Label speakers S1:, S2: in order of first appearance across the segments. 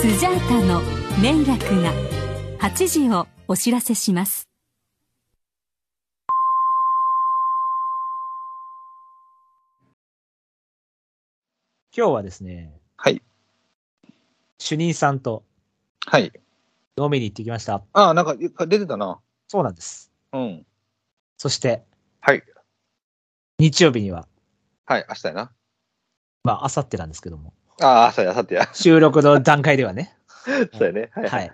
S1: スジャータの名楽が8時をお知らせします
S2: 今日はですね、
S3: はい。
S2: 主任さんと
S3: はい。
S2: 飲みに行ってきました。
S3: ああ、なんか出てたな。
S2: そうなんです。
S3: うん。
S2: そして、
S3: はい。
S2: 日曜日には、
S3: はい、明日やな。
S2: まあ、あさってなんですけども、
S3: ああ、明日や、明後日や。
S2: 収録の段階ではね、
S3: そうやね。はい。
S2: は
S3: はいい。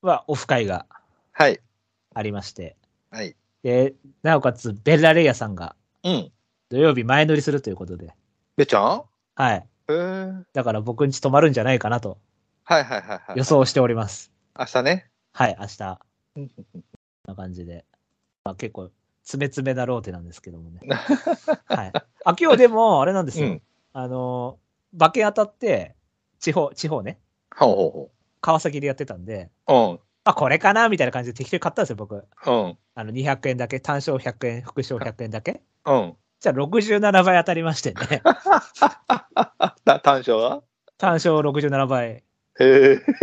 S2: はオフ会が
S3: はい。
S2: ありまして、
S3: はい。
S2: で、なおかつ、ベッラレイヤさんが
S3: うん。
S2: 土曜日前乗りするということで、
S3: べっちゃん
S2: はい。
S3: へえ。はい
S2: だから僕ん家泊まるんじゃないかなと
S3: はいはいはい。
S2: 予。想しております。
S3: 明日ね。
S2: はい、明日。こんな感じで。まあ結構、つめつめなローテなんですけど もね。はい。あ、今日でも、あれなんです
S3: う
S2: よ。
S3: ん。
S2: あの、馬券当たって、地方、地方ね、
S3: ほうほ
S2: 川崎でやってたんで、
S3: うほ
S2: あ、これかなみたいな感じで適当に買ったんですよ、僕。
S3: う。うん。
S2: あの、200円だけ、単勝100円、副賞100円だけ。
S3: うん。うん。
S2: じゃあ、67倍当たりまして ね。
S3: た短所は
S2: 単勝67倍。
S3: へ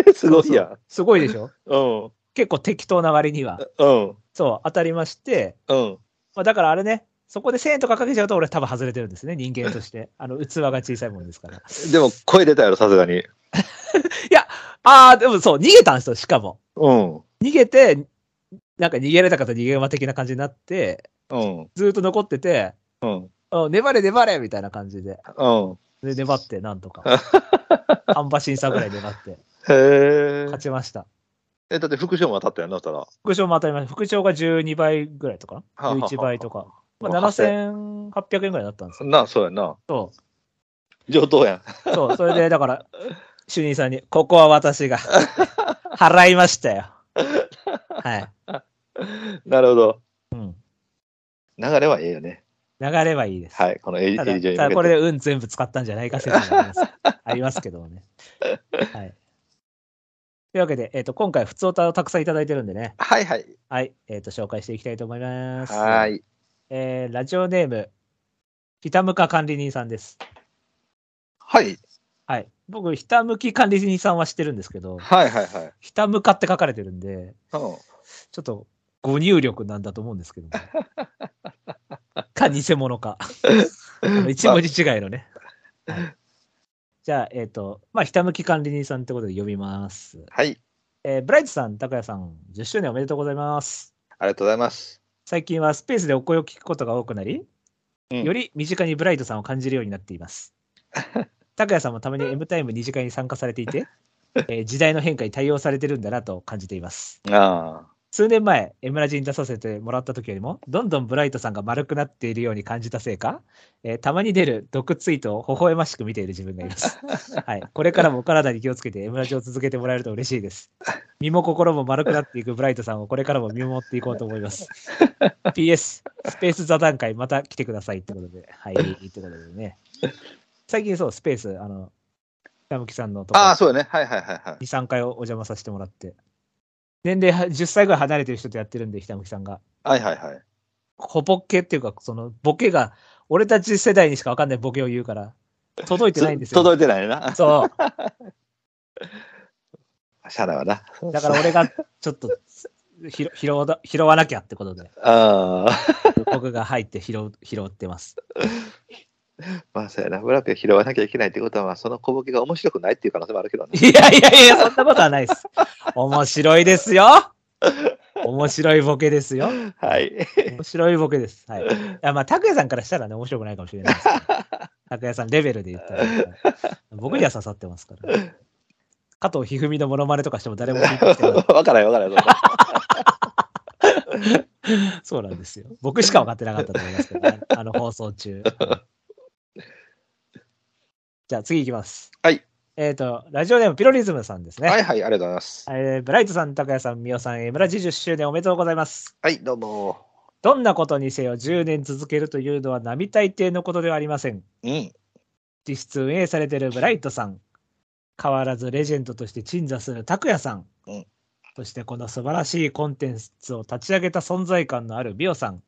S3: え、 すごいや。
S2: すごいでしょ
S3: うん。
S2: 結構適当な割には。
S3: うん。
S2: そう、当たりまして、
S3: うん。
S2: まあ、だからあれね、そこで1000円とかかけちゃうと、俺多分外れてるんですね、人間と して。あの、器が小さいものですから。
S3: でも、声出たやろ、さすがに。
S2: ああ、でもそう、逃げたんですよ、しかも。
S3: うん。
S2: 逃げて、なんか逃げられた方逃げ馬的な感じになって、
S3: うん。
S2: ずーっと残ってて、
S3: うん。
S2: あ粘れ粘れみたいな感じで。
S3: う
S2: で、
S3: ん。
S2: 粘って、なんとか。 半馬審査ぐらい粘って、
S3: へえ
S2: 勝。ちました。
S3: え、だって副賞も当たったやんなったら。は
S2: 副賞も当たりました。副賞が12倍ぐらいとか
S3: あ
S2: な
S3: はあはあ
S2: ?11 倍とか。ま
S3: ま
S2: あ、
S3: あ
S2: 7800円ぐらいだったんですよ。
S3: なあ、そうやな。
S2: そ
S3: 上等やん。
S2: う。そう。それで、だから、主任さんに、ここは私 が払いましたよ。はい。
S3: なるほど。
S2: うん。
S3: 流れはええよね。
S2: 流れはいいです。
S3: はい、このエリ
S2: た
S3: エリ
S2: だ、
S3: ジョに
S2: ただこ
S3: 向
S2: れ
S3: けて。
S2: で運全部使ったんじゃないか説があ りますありますけどもね。はい。というわけで、えっ、と、今回、普通歌をたくさんいただいてるんでね、
S3: はいはい。
S2: はい、えっ、と、紹介していきたいと思います。。
S3: はいい。
S2: えー、ラジオネーム、ひたむか管理人さんです。
S3: はい。
S2: はい。僕、ひたむき管理人さんは知ってるんですけど、
S3: はいはいはい。
S2: ひたむかって書かれてるんで、
S3: うん
S2: ちょっと、ご入力なんだと思うんですけども、か、偽物 か。あの一文字違いのね。はいじゃあ、えっ、と、まあ、ひたむき管理人さんってことで呼びます。
S3: はい。
S2: えーブライトさん、高谷さん、10周年おめでとうございます。
S3: ありがとうございます。
S2: 最近はスペースでお声を聞くことが多くなり、
S3: うん
S2: より身近にブライトさんを感じるようになっています。 高谷さんもたまに M タイム二次会に参加されていて、えー時代の変化に対応されてるんだなと感じています。
S3: あ
S2: 数年前、エムラジに出させてもらった時よりも、どんどんブライトさんが丸くなっているように感じたせいか、えーたまに出る毒ツイートを微笑ましく見ている自分がいます。はい。これからもお体に気をつけてエムラジを続けてもらえると嬉しいです。身も心も丸くなっていくブライトさんをこれからも見守っていこうと思います。PS、スペース座談会また来てくださいってことで、はい、ってことでね。最近そう、スペース、あの、北向さんのと
S3: あ。
S2: こ
S3: ああ、そうやね。はいはいはいはい。
S2: 2、3回お邪魔させてもらって。年齢は10歳ぐらい離れてる人とやってるんで、ひたむきさんが。
S3: はいはいはい。
S2: 小ボケっていうか、そのボケが、俺たち世代にしかわかんないボケを言うから、届いてないんですよ。
S3: 届いてないな。
S2: そ
S3: シャラはな。
S2: う。だから俺がちょっと拾 拾わ拾わなきゃってことで、
S3: ああ。
S2: 僕が入って拾う拾ってます。
S3: まあそうやな。ブラックが拾わなきゃいけないってことは、その小ボケが面白くないっていう可能性もある けどね。
S2: いやいやいや、そんなことはないです。面白いですよ。面白いボケですよ。
S3: はい。
S2: 面白いボケです。はい。いや、まあ、拓也さんからしたらね、面白くないかもしれないですけ ど。拓也さんレベルで言ったら、僕には刺さってますから。加藤一二三のモノマネとかしても誰も聞いてきてな い。
S3: わからないわからない。
S2: そうなんですよ。僕しか分かってなかったと思いますけど、ね、あの放送 中。じゃあ次いきます。
S3: はい。
S2: えっ、と、ラジオネームピロリズムさんですね。
S3: はいはい、ありがとうございます。
S2: えーブライトさん、拓也さん、ミオさん、えー村地10周年おめでとうございます。
S3: はい、どうも。
S2: どんなことにせよ10年続けるというのは並大抵のことではありません。
S3: うん。
S2: 実質運営されているブライトさん、変わらずレジェンドとして鎮座する拓也さん、
S3: うん
S2: そしてこの素晴らしいコンテンツを立ち上げた存在感のあるビオさん、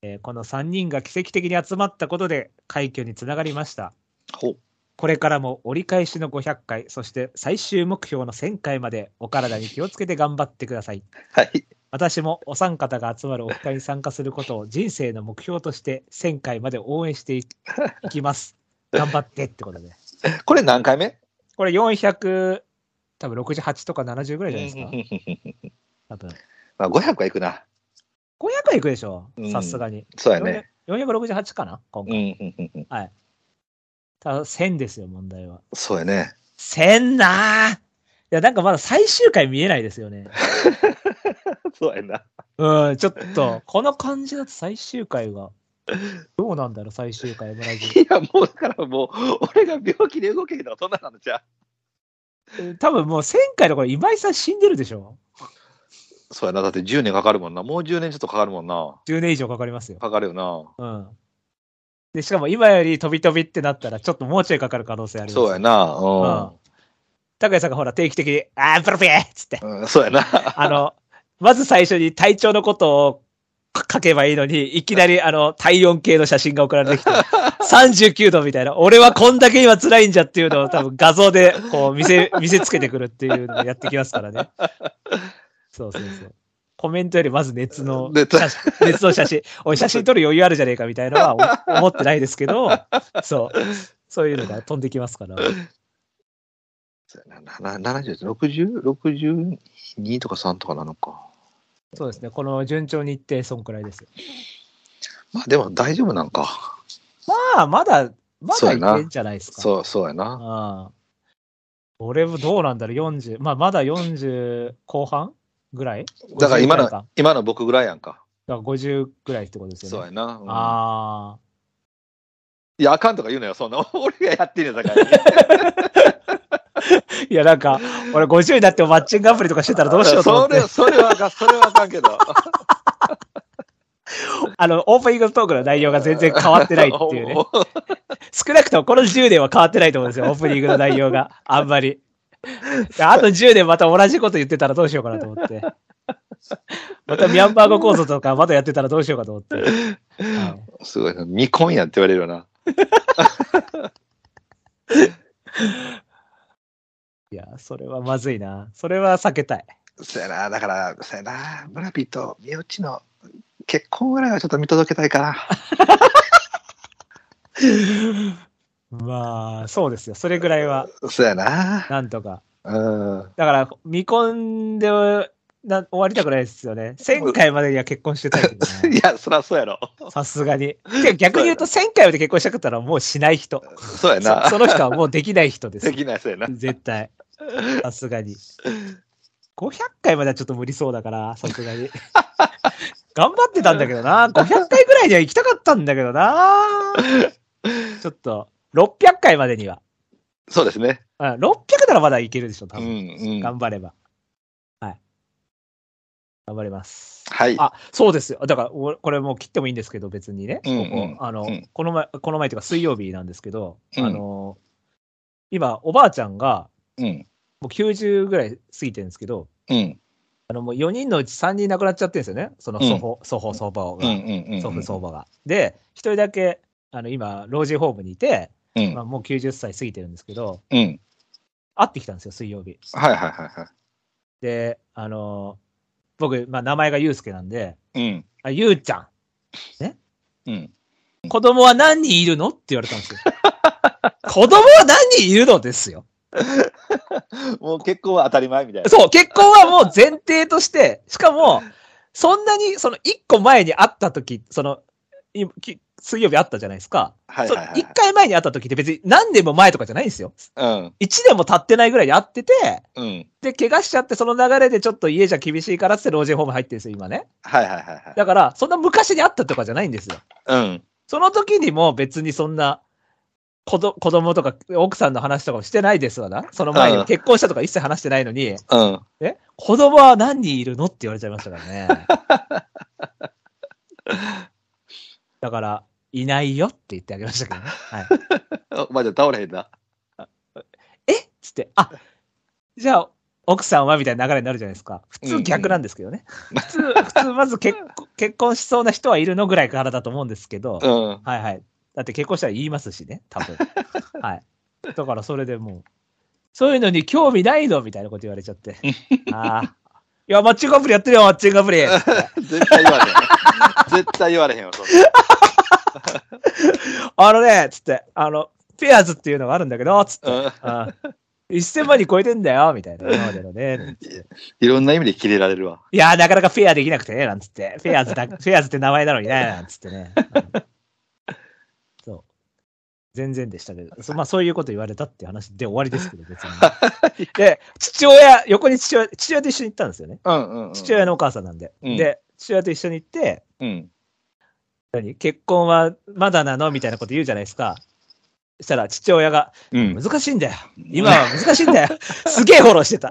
S2: えーこの3人が奇跡的に集まったことで快挙につながりました。
S3: ほう。
S2: これからも折り返しの500回、そして最終目標の1000回までお体に気をつけて頑張ってください。
S3: はい。
S2: 私もお三方が集まるオフ会に参加することを人生の目標として1000回まで応援していいきます。頑張ってってことで。
S3: これ何回目
S2: これ400、多分68とか70ぐらいじゃないですか。多分。
S3: まあ500はいくな。
S2: 500はいくでしょ
S3: う、ん
S2: さすがに。
S3: そうやね。
S2: 468かな今
S3: う
S2: 回。
S3: んうんうんうん。
S2: ただ1000ですよ、問題は。
S3: そうやね。
S2: 1000なぁいや、なんかまだ最終回見えないですよね。
S3: そうやな。
S2: うん、ちょっと、この感じだと最終回が、どうなんだろう、最終回、村
S3: いや、もうだからもう、俺が病気で動けへんのはそんなのじゃう
S2: 人。多分もう1000回のこれ、今井さん死んでるでしょ
S3: そうやな。だって10年かかるもんな。もう10年ちょっとかかるもんな。
S2: ?10 年以上かかりますよ。
S3: かかるよな。
S2: うん。で、しかも今より飛び飛びってなったら、ちょっともうちょいかかる可能性あります。
S3: そうや。な。
S2: うん。高井さんがほら、定期的に、あー、プロフィーっつって、
S3: うん。うん、そうやな。
S2: あの、まず最初に体調のことを書けばいいのに、いきなりあの、体温計の写真が送られてきて、39度みたいな、俺はこんだけ今辛いんじゃっていうのを多分画像でこう見せ、見せつけてくるっていうのをやってきますからね。そうそうそう。コメントよりまず熱の
S3: 熱
S2: 写真、熱の写真、おい、写真撮る余裕あるじゃねえかみたいなのはお思ってないですけど、そう。そういうのが飛んできますから。
S3: そうやな。な70です。60、62とか3とかなのか。
S2: そうですね。この順調にいって、そんくらいです。
S3: まあでも大丈夫なんか。
S2: まあ、まだ、ま
S3: そう
S2: だ
S3: や
S2: い
S3: な
S2: けんじゃないですか。
S3: そう、そうやな。
S2: ああ。俺もどうなんだろう、40、まあ、まだ40後半ぐらい
S3: だから
S2: 50ぐ
S3: 今
S2: らい
S3: の
S2: か、
S3: 今の僕ぐらいやんか。
S2: だから50ぐらいってことですよね。
S3: そうやな。うん
S2: ああ。
S3: いや、あかんとか言うなよ、そんな。俺がやってんねんだから。
S2: いや、なんか、俺50になってもマッチングアプリとかしてたらどうしようと思
S3: そ
S2: って
S3: れ、、それはあかん、それはあかんけど。
S2: あの、オープニングトークの内容が全然変わってないって いうね。少なくともこの10年は変わってないと思うんですよ、オープニングの内容が。あんまり。あと10年また同じこと言ってたらどうしようかなと思って。またミャンマー語講座とかまたやってたらどうしようかと思って。はい
S3: すごいな。未婚やんって言われるよな。
S2: いや、それはまずいな。それは避けたい。
S3: そうやな、だから、そうやな、村ピと身内の結婚ぐらいはちょっと見届けたいかな。
S2: まあ、そうですよ。それぐらいは、
S3: そうやな。
S2: なんとか。
S3: うん。
S2: だから、未婚でな終わりたくないですよね。1000回までには結婚してたいけど
S3: いや、そらそうやろ。
S2: な。さすがに。てか逆に言うと、1000回まで結婚したくったらもうしない人。
S3: そうや
S2: そ
S3: な。
S2: その人はもうできない人です
S3: で。きない、そうやな。
S2: 絶対。さすがに。500回まではちょっと無理そうだから、さすが に。頑張ってたんだけどな。500回ぐらいには行きたかったんだけどな。ちょっと、600回までには。
S3: そうですね。
S2: うん600ならまだいけるでしょ、多
S3: うん
S2: 分。
S3: うん。
S2: 頑張れば。はい。頑張ります。
S3: はい。
S2: あ、そうですよ。だから、おこれもう切ってもいいんですけど、別にね。
S3: うんうん
S2: ここあの、
S3: うん
S2: この前、この前というか水曜日なんですけど、
S3: うん
S2: あの、今、おばあちゃんが、
S3: うん。
S2: もう90ぐらい過ぎてるんですけど、
S3: うん。
S2: あのもう4人のうち3人亡くなっちゃってるんですよね、その祖父、祖父、祖母
S3: うん。う
S2: が、
S3: ん。うん。
S2: 祖父、祖母が。で、1人だけあの今、老人ホームにいて、
S3: うん
S2: まあ、もう90歳過ぎてるんですけど、
S3: うん。
S2: 会ってきたんですよ、水曜日。
S3: はいはいはいは
S2: で、あの僕、まあ、名前がゆうすけなんで、
S3: い。うん。
S2: あゆうちゃ
S3: うん。
S2: ん、子供は何人いるのって言われたん ですよ。子供は何人いるのですよ。
S3: もう結婚は当たり前みたいな。
S2: そう、結婚はもう前提として、しかも、そんなに、その一個前に会った時、その、いき水曜日会ったじゃないですか。
S3: はい
S2: そ
S3: は
S2: の
S3: いはい
S2: 一回前に会った時って別に何年も前とかじゃないんですよ。
S3: はい。
S2: 一年も経ってないぐらいに会ってて、
S3: うん。うん。
S2: で、怪我しちゃって、その流れでちょっと家じゃ厳しいからっつって老人ホーム入ってるんですよ、今ね。
S3: はいはいはい
S2: だから、そんな昔に会ったとかじゃないんですよ。
S3: はい。うん。
S2: その時にも別にそんな、子ど子供とか奥さんの話とかもしてないですわな。その前
S3: う
S2: に
S3: ん
S2: 結婚したとか一切話してないのに、
S3: うん。
S2: え子供は何人いるのって言われちゃいましたからね。 だから、いないよって言ってあげましたけどね。はい。
S3: おばあちゃん倒れへんな。
S2: えっつって、あじゃあ、 奥さんはみたいな流れになるじゃないですか。普通逆なんですけどね。普通、普通、まず結婚結婚しそうな人はいるのぐらいからだと思うんですけど、
S3: うん。
S2: はいはい。だって結婚したら言いますしね、多分。はい。だからそれでもう、そういうのに興味ないのみたいなこと言われちゃって。ああ。いや、マッチングアプリやってるよ、マッチングアプリ。
S3: 絶対言われ へん。絶対言われへんよ、そん
S2: あのね、つって、あの、ペアーズっていうのがあるんだけど、つって。
S3: なうん
S2: あ1000万人超えてんだよ、みたいな。今までのね。なんつって
S3: いろんな意味で切れられるわ。
S2: いやー、なかなかフェアできなくてね、なんつって。フェアーズ だ、フェアーズって名前なのにね、なんつってね。うんそう。全然でしたけど、そまあそういうこと言われたっていう話で終わりですけど、 別に。で、父親、横に父親、父親と一緒に行ったんですよね。
S3: うんうん、うん。
S2: 父親のお母さんなんで。
S3: うん
S2: で、父親と一緒に行って、
S3: うん。
S2: 何結婚はまだなのみたいなこと言うじゃないですか。そしたら父親が、
S3: うん。
S2: 難しいんだよ。今は難しいんだよ。 すげえフォローしてた。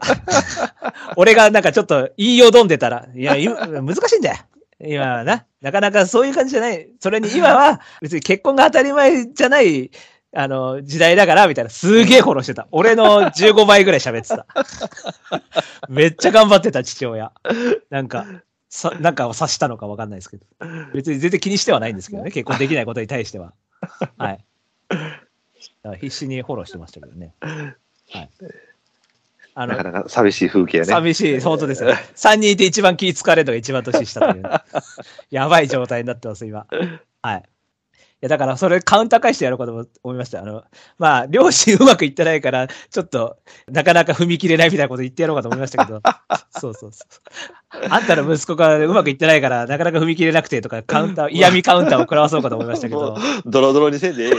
S2: 俺がなんかちょっと言いよどんでたら、いや、今難しいんだよ。今はな、なかなかそういう感じじゃない。それに今は別に結婚が当たり前じゃない、あの、時代だから、みたいな。すげえフォローしてた。俺の15倍ぐらい喋ってた。 めっちゃ頑張ってた、父親。なんか、さ、なんかを察したのかわかんないですけど。別に全然気にしてはないんですけどね。結婚できないことに対しては。はい。だから必死にフォローしてましたけどね。はい。あ
S3: な
S2: の
S3: か、なか寂しい風景ね。
S2: 寂しい、本当ですよ。3人いて一番気疲れるのが一番年下と いうね、やばい状態になってます、今。はい。いや、だからそれカウンター返してやろうかと思いました。あの、まあ、両親うまくいってないから、ちょっと、なかなか踏み切れないみたいなこと言ってやろうかと思いました けど、そうそうそう。あんたの息子がうまくいってないから、なかなか踏み切れなくてとか、カウンター、嫌味カウンターを食らわそうかと思いましたけ
S3: も
S2: ど
S3: う、ドロドロにせんでええよ。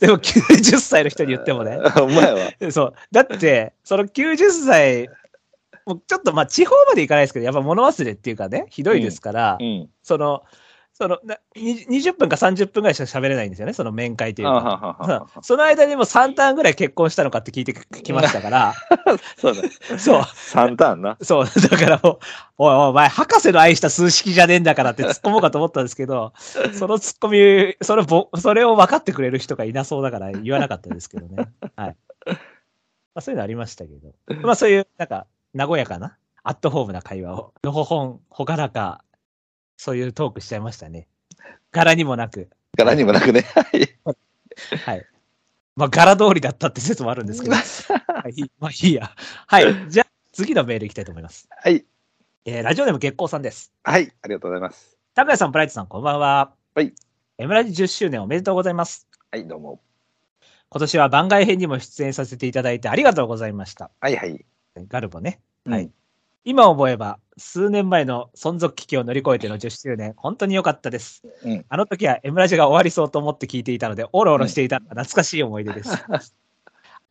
S2: でも90歳の人に言ってもね、
S3: お前は。
S2: そう。だって、その90歳、もうちょっとまあ地方まで行かないですけど、やっぱ物忘れっていうかね、ひどいですから、
S3: うん。
S2: その、そのなに20分か30分ぐらいしか喋れないんですよね、その面会という
S3: あは
S2: か。
S3: ははは
S2: そうその間にも3ターンぐらい結婚したのかって聞いてきました から、
S3: そうだ。
S2: そう、
S3: 三ターンな。
S2: そう、 だからもう、おいおいお前、博士の愛した数式じゃねえんだからって突っ込もうかと思ったんですけど、その突っ込み、それぼ、それを分かってくれる人がいなそうだから言わなかったですけどね。はい。まあそういうのありましたけど。まあそういう、なんか、和やかな、アットホームな会話を、のほほん、ほからか、そういうトークしちゃいましたね。柄にもなく。
S3: 柄にもなくね。はい
S2: はい。まあ柄通りだったって説もあるんですけど。はい、まあいいや。はい。じゃあ、次のメールいきたいと思います。
S3: はい。
S2: えーラジオネーム月光さんです。
S3: はい。ありがとうございます。
S2: 高谷さん、ブライトさん、こんばんは。
S3: はい。
S2: エムラジ10周年おめでとうございます。
S3: はい、どうも。
S2: 今年は番外編にも出演させていただいてありがとうございました。
S3: はいはい。
S2: ガルボね。
S3: うん
S2: はい。今思えば、数年前の存続危機を乗り越えての10周年、本当に良かったです。
S3: うん
S2: あの時は M ラジが終わりそうと思って聞いていたので、オロオロしていたのが 懐かしい思い出 です。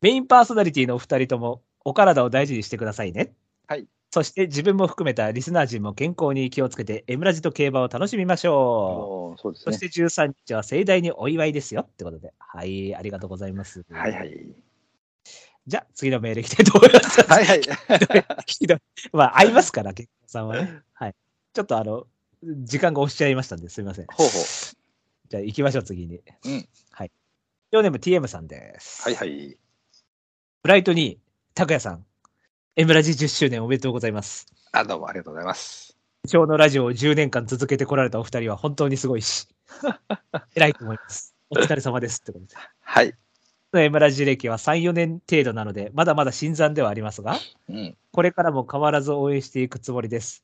S2: メインパーソナリティのお二人とも、お体を大事にしてくださいね。
S3: はい。
S2: そして自分も含めたリスナー陣も健康に気をつけて、M ラジと競馬を楽しみましょう。
S3: おーそうです
S2: そ
S3: ね
S2: し。て13日は盛大にお祝いですよってことで。はい、ありがとうございます。
S3: はいはい。
S2: じゃあ、次のメールいきたいと思います。
S3: はいはい。
S2: ひどい まあ、会いますから、結婚さんはね。はい。ちょっとあの、時間が押しちゃいましたんで、すいません。
S3: ほうほ
S2: じゃあ、行きましょう、次に。
S3: う。うん。
S2: はい。ヨネーム TM さんです。
S3: はいはい。
S2: ブライトに、拓也さん、エムラジ10周年おめでとうございます。
S3: あ、どうもありがとうございます。
S2: 今日のラジオを10年間続けてこられたお二人は本当にすごい し、偉いと思います。お疲れ様ですってことで。
S3: はい。
S2: の M ラジ歴は3、4年程度なので、まだまだ新参ではありますが、
S3: うん。
S2: これからも変わらず応援していくつもりです。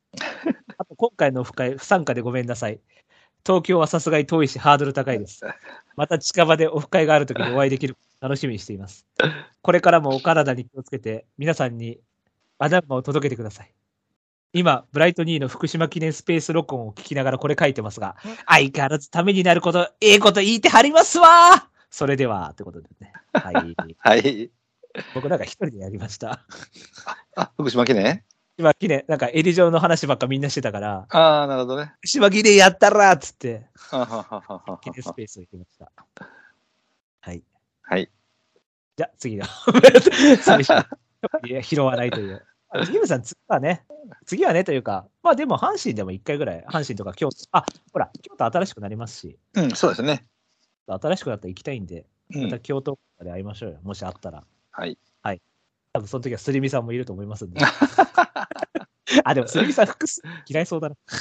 S2: あと、今回のオフ会、不参加でごめんなさい。東京はさすがに遠いし、ハードル高いです。また近場でオフ会があるときにお会いできることを楽しみにしています。これからもお体に気をつけて、皆さんにアナウマを届けてください。今、ブライトニーの福島記念スペース録音を聞きながらこれ書いてますが、相変わらずためになること、ええこと言いてはりますわそれでは、ってことでね。はい。
S3: はい。
S2: 僕なんか一人でやりました。
S3: あ、福島記念
S2: 今、記念、なんかエリジョの話ばっかみんなしてたから、
S3: ああ、なるほどね。
S2: 島記念やったらっつって、
S3: ははははは
S2: 記念スペース行きました。はい。
S3: はい。
S2: じゃあ、次の。 寂し い。いや拾わないという。あジムさん、次はね、次はねというか、まあでも阪神でも1回ぐらい、阪神とか京都、あ、ほら、京都新しくなりますし、
S3: うん、そうですね。
S2: 新しくなったら行きたいんで、
S3: う
S2: また
S3: ん。
S2: 京都で会いましょうよ、もしあったら。
S3: はい。
S2: 多分その時はすりみさんもいると思いますんで。あ、でも、すみさん、複数嫌いそうだな。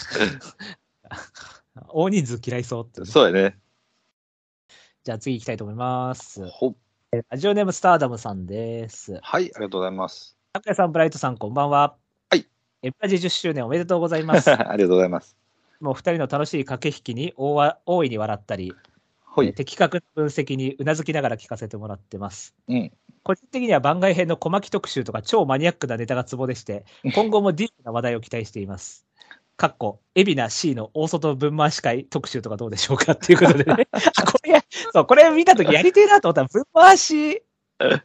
S2: 大人数嫌いそうって、
S3: そうやね。
S2: じゃあ次行きたいと思います。
S3: ほ
S2: ラジオネームスターダムさんです。
S3: はい、ありがとうござい ます。
S2: 拓也さん、ブライトさん、こんばんは。
S3: はい。
S2: エブラジ10周年おめでとうござい ます。
S3: ありがとうございます。
S2: もう二人の楽しい駆け引きに大わ大いに笑ったり、
S3: ほ
S2: えー
S3: い。
S2: 的確な分析にうなずきながら聞かせてもらってます。
S3: うん。
S2: 個人的には番外編の小牧特集とか超マニアックなネタがツボでして、今後もディープな話題を期待しています。かっこ、海老名 C の大外分回し会特集とかどうでしょうかっていうことで ね。あこれ、そう、これ見たときやりてえなと思ったら、分回し、分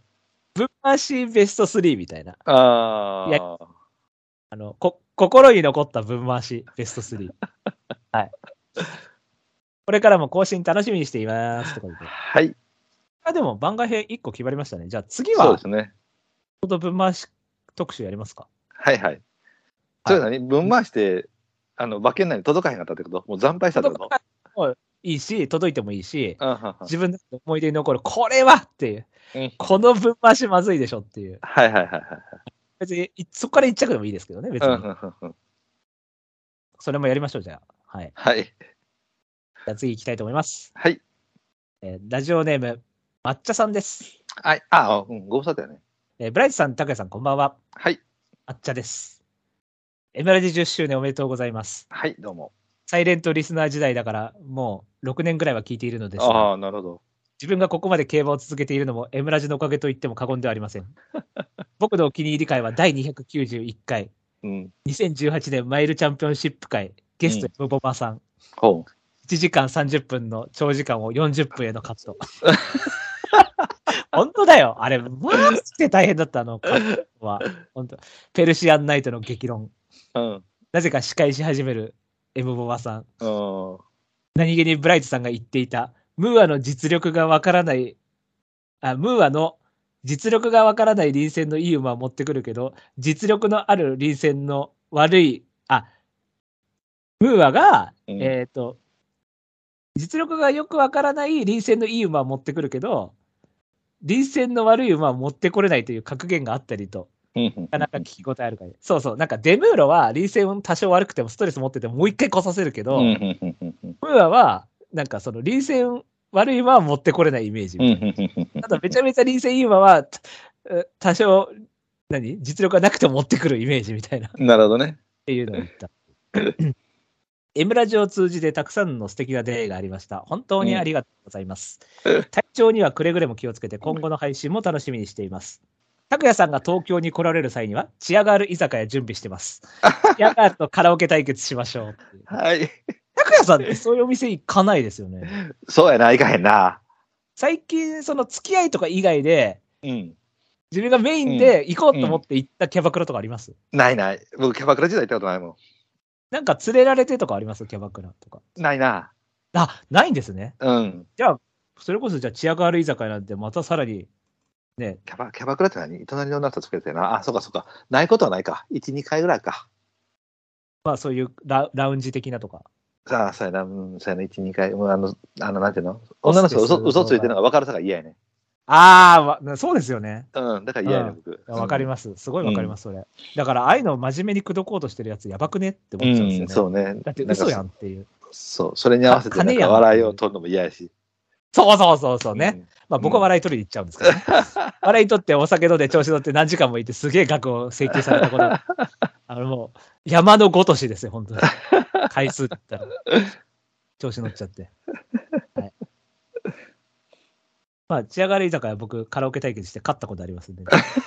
S2: 回しベスト3みたいな。
S3: ああ。
S2: あの、こ、心に残った分回しベスト3。はい。これからも更新楽しみにしています。とか言って。
S3: はい。
S2: あ、でも番外編1個決まりましたね。じゃあ次
S3: そう
S2: は
S3: で、すね。
S2: 外分回し特集やりますか
S3: はいはい。それ何分回して、あの、馬券内に届かへんかったってこともう惨敗したってこと
S2: いいし、届いてもいいし、
S3: うんうんうん
S2: 自分の思い出に残る、これはっていう、
S3: うん
S2: この分回しまずいでしょっていう。
S3: はいはいはいはい。
S2: 別に、いそこから一着でもいいですけどね、別
S3: うん
S2: に。
S3: うんうんうん
S2: それもやりましょう、じゃあ。はい。
S3: はい。
S2: じゃあ次行きたいと思います。
S3: はい。
S2: えーラジオネーム、抹茶さんです。
S3: はい。あ、うん、ご無沙汰やね。
S2: えーブライトさん、拓也さん、こんばんは。
S3: はい。
S2: 抹茶です。エメラジ10周年おめでとうございます。
S3: はい、どうも。
S2: サイレントリスナー時代だから、もう6年ぐらいは聞いているのですが
S3: あ、あ、なるほど。
S2: 自分がここまで競馬を続けているのも、エムラジのおかげと言っても過言ではありません。 僕のお気に入り会は第291回、
S3: うん。
S2: 2018年マイルチャンピオンシップ会、ゲスト、ムボマさん、
S3: ほう。
S2: 1時間30分の長時間を40分へのカット。 本当だよ、あれ、マジで大変だった、あのカットは。本当ペルシアンナイトの激論、
S3: うん。うん。
S2: なぜか司会し始めるエムボマさん。
S3: そ
S2: 何気にブライトさんが言っていた、ムーアの実力がわからない、あ、ムーアの実力がわからない臨戦のいい馬を持ってくるけど、実力のある臨戦の悪い、あ、ムーアが、
S3: うん
S2: えっ、と、実力がよくわからない臨戦のいい馬を持ってくるけど、臨戦の悪い馬を持ってこれないという格言があったりと、
S3: うん
S2: なかなか聞き応えあるから、そうそう、なんかデムーロは臨戦多少悪くてもストレス持っててももう一回来させるけど、ムーアは、なんかその臨戦悪い馬は持ってこれないイメージ。ただめちゃめちゃ臨戦いい馬は、た多少、何実力がなくても持ってくるイメージみたいなっ
S3: なるほどね。
S2: ていうのを言った。エムラジオを通じてたくさんの素敵な出会いがありました。本当にありがとうございます。体調にはくれぐれも気をつけて、今後の配信も楽しみにしています。拓也さんが東京に来られる際には、チアガール居酒屋準備してます。チアガールとカラオケ対決しましょうっていう。
S3: はい。
S2: 拓也さんってそういうお店行かないですよね。
S3: そうやな、いかへんな。
S2: 最近、その付き合いとか以外で、
S3: うん。
S2: 自分がメインで行こうと思って行ったキャバクラとかあります、
S3: ないない。僕、キャバクラ時代行ったことないも
S2: なんか連れられてとかありますキャバクラとか。
S3: ん。ないな。
S2: あ、ないんですね。
S3: うん。
S2: それこそじゃあ、チアガール居酒屋なんて、またさらに、ね、
S3: キャバキャバクラって何隣の女とつけてな。あ、そうかそうか。ないことはないか。1、2回ぐらいか。
S2: まあそういうララウンジ的なとか。
S3: ああ、そうやな。うん、そうやな。1、2回。もうあの、あの、なんていうの女の人が嘘嘘ついてるのが分かるさが嫌やね。
S2: ああ、そうですよね。
S3: うん。だから嫌やね、僕。
S2: わかり
S3: ま
S2: ます。すごいわかります、それ。だから、ああいうのを真面目に口説こうとしてるやつ、やばくねって思っちゃうんですよね。
S3: うん、そうね。
S2: だって嘘や
S3: ん
S2: んっていう。
S3: か。そう。それに合わせて、なんか笑いを取るのも嫌やし。
S2: そうそうそうそうね。まあ僕は
S3: うん
S2: 笑い取りに行っちゃうんですけど、 ね笑い取ってお酒飲んで調子乗って何時間もいてすげえ額を請求されたこと。あのもう山のごとしですよ、本当に。回数って言ったら。調子乗っちゃって。はい、まあ、チアガール居酒屋僕カラオケ対決して勝ったことありますんで、 勝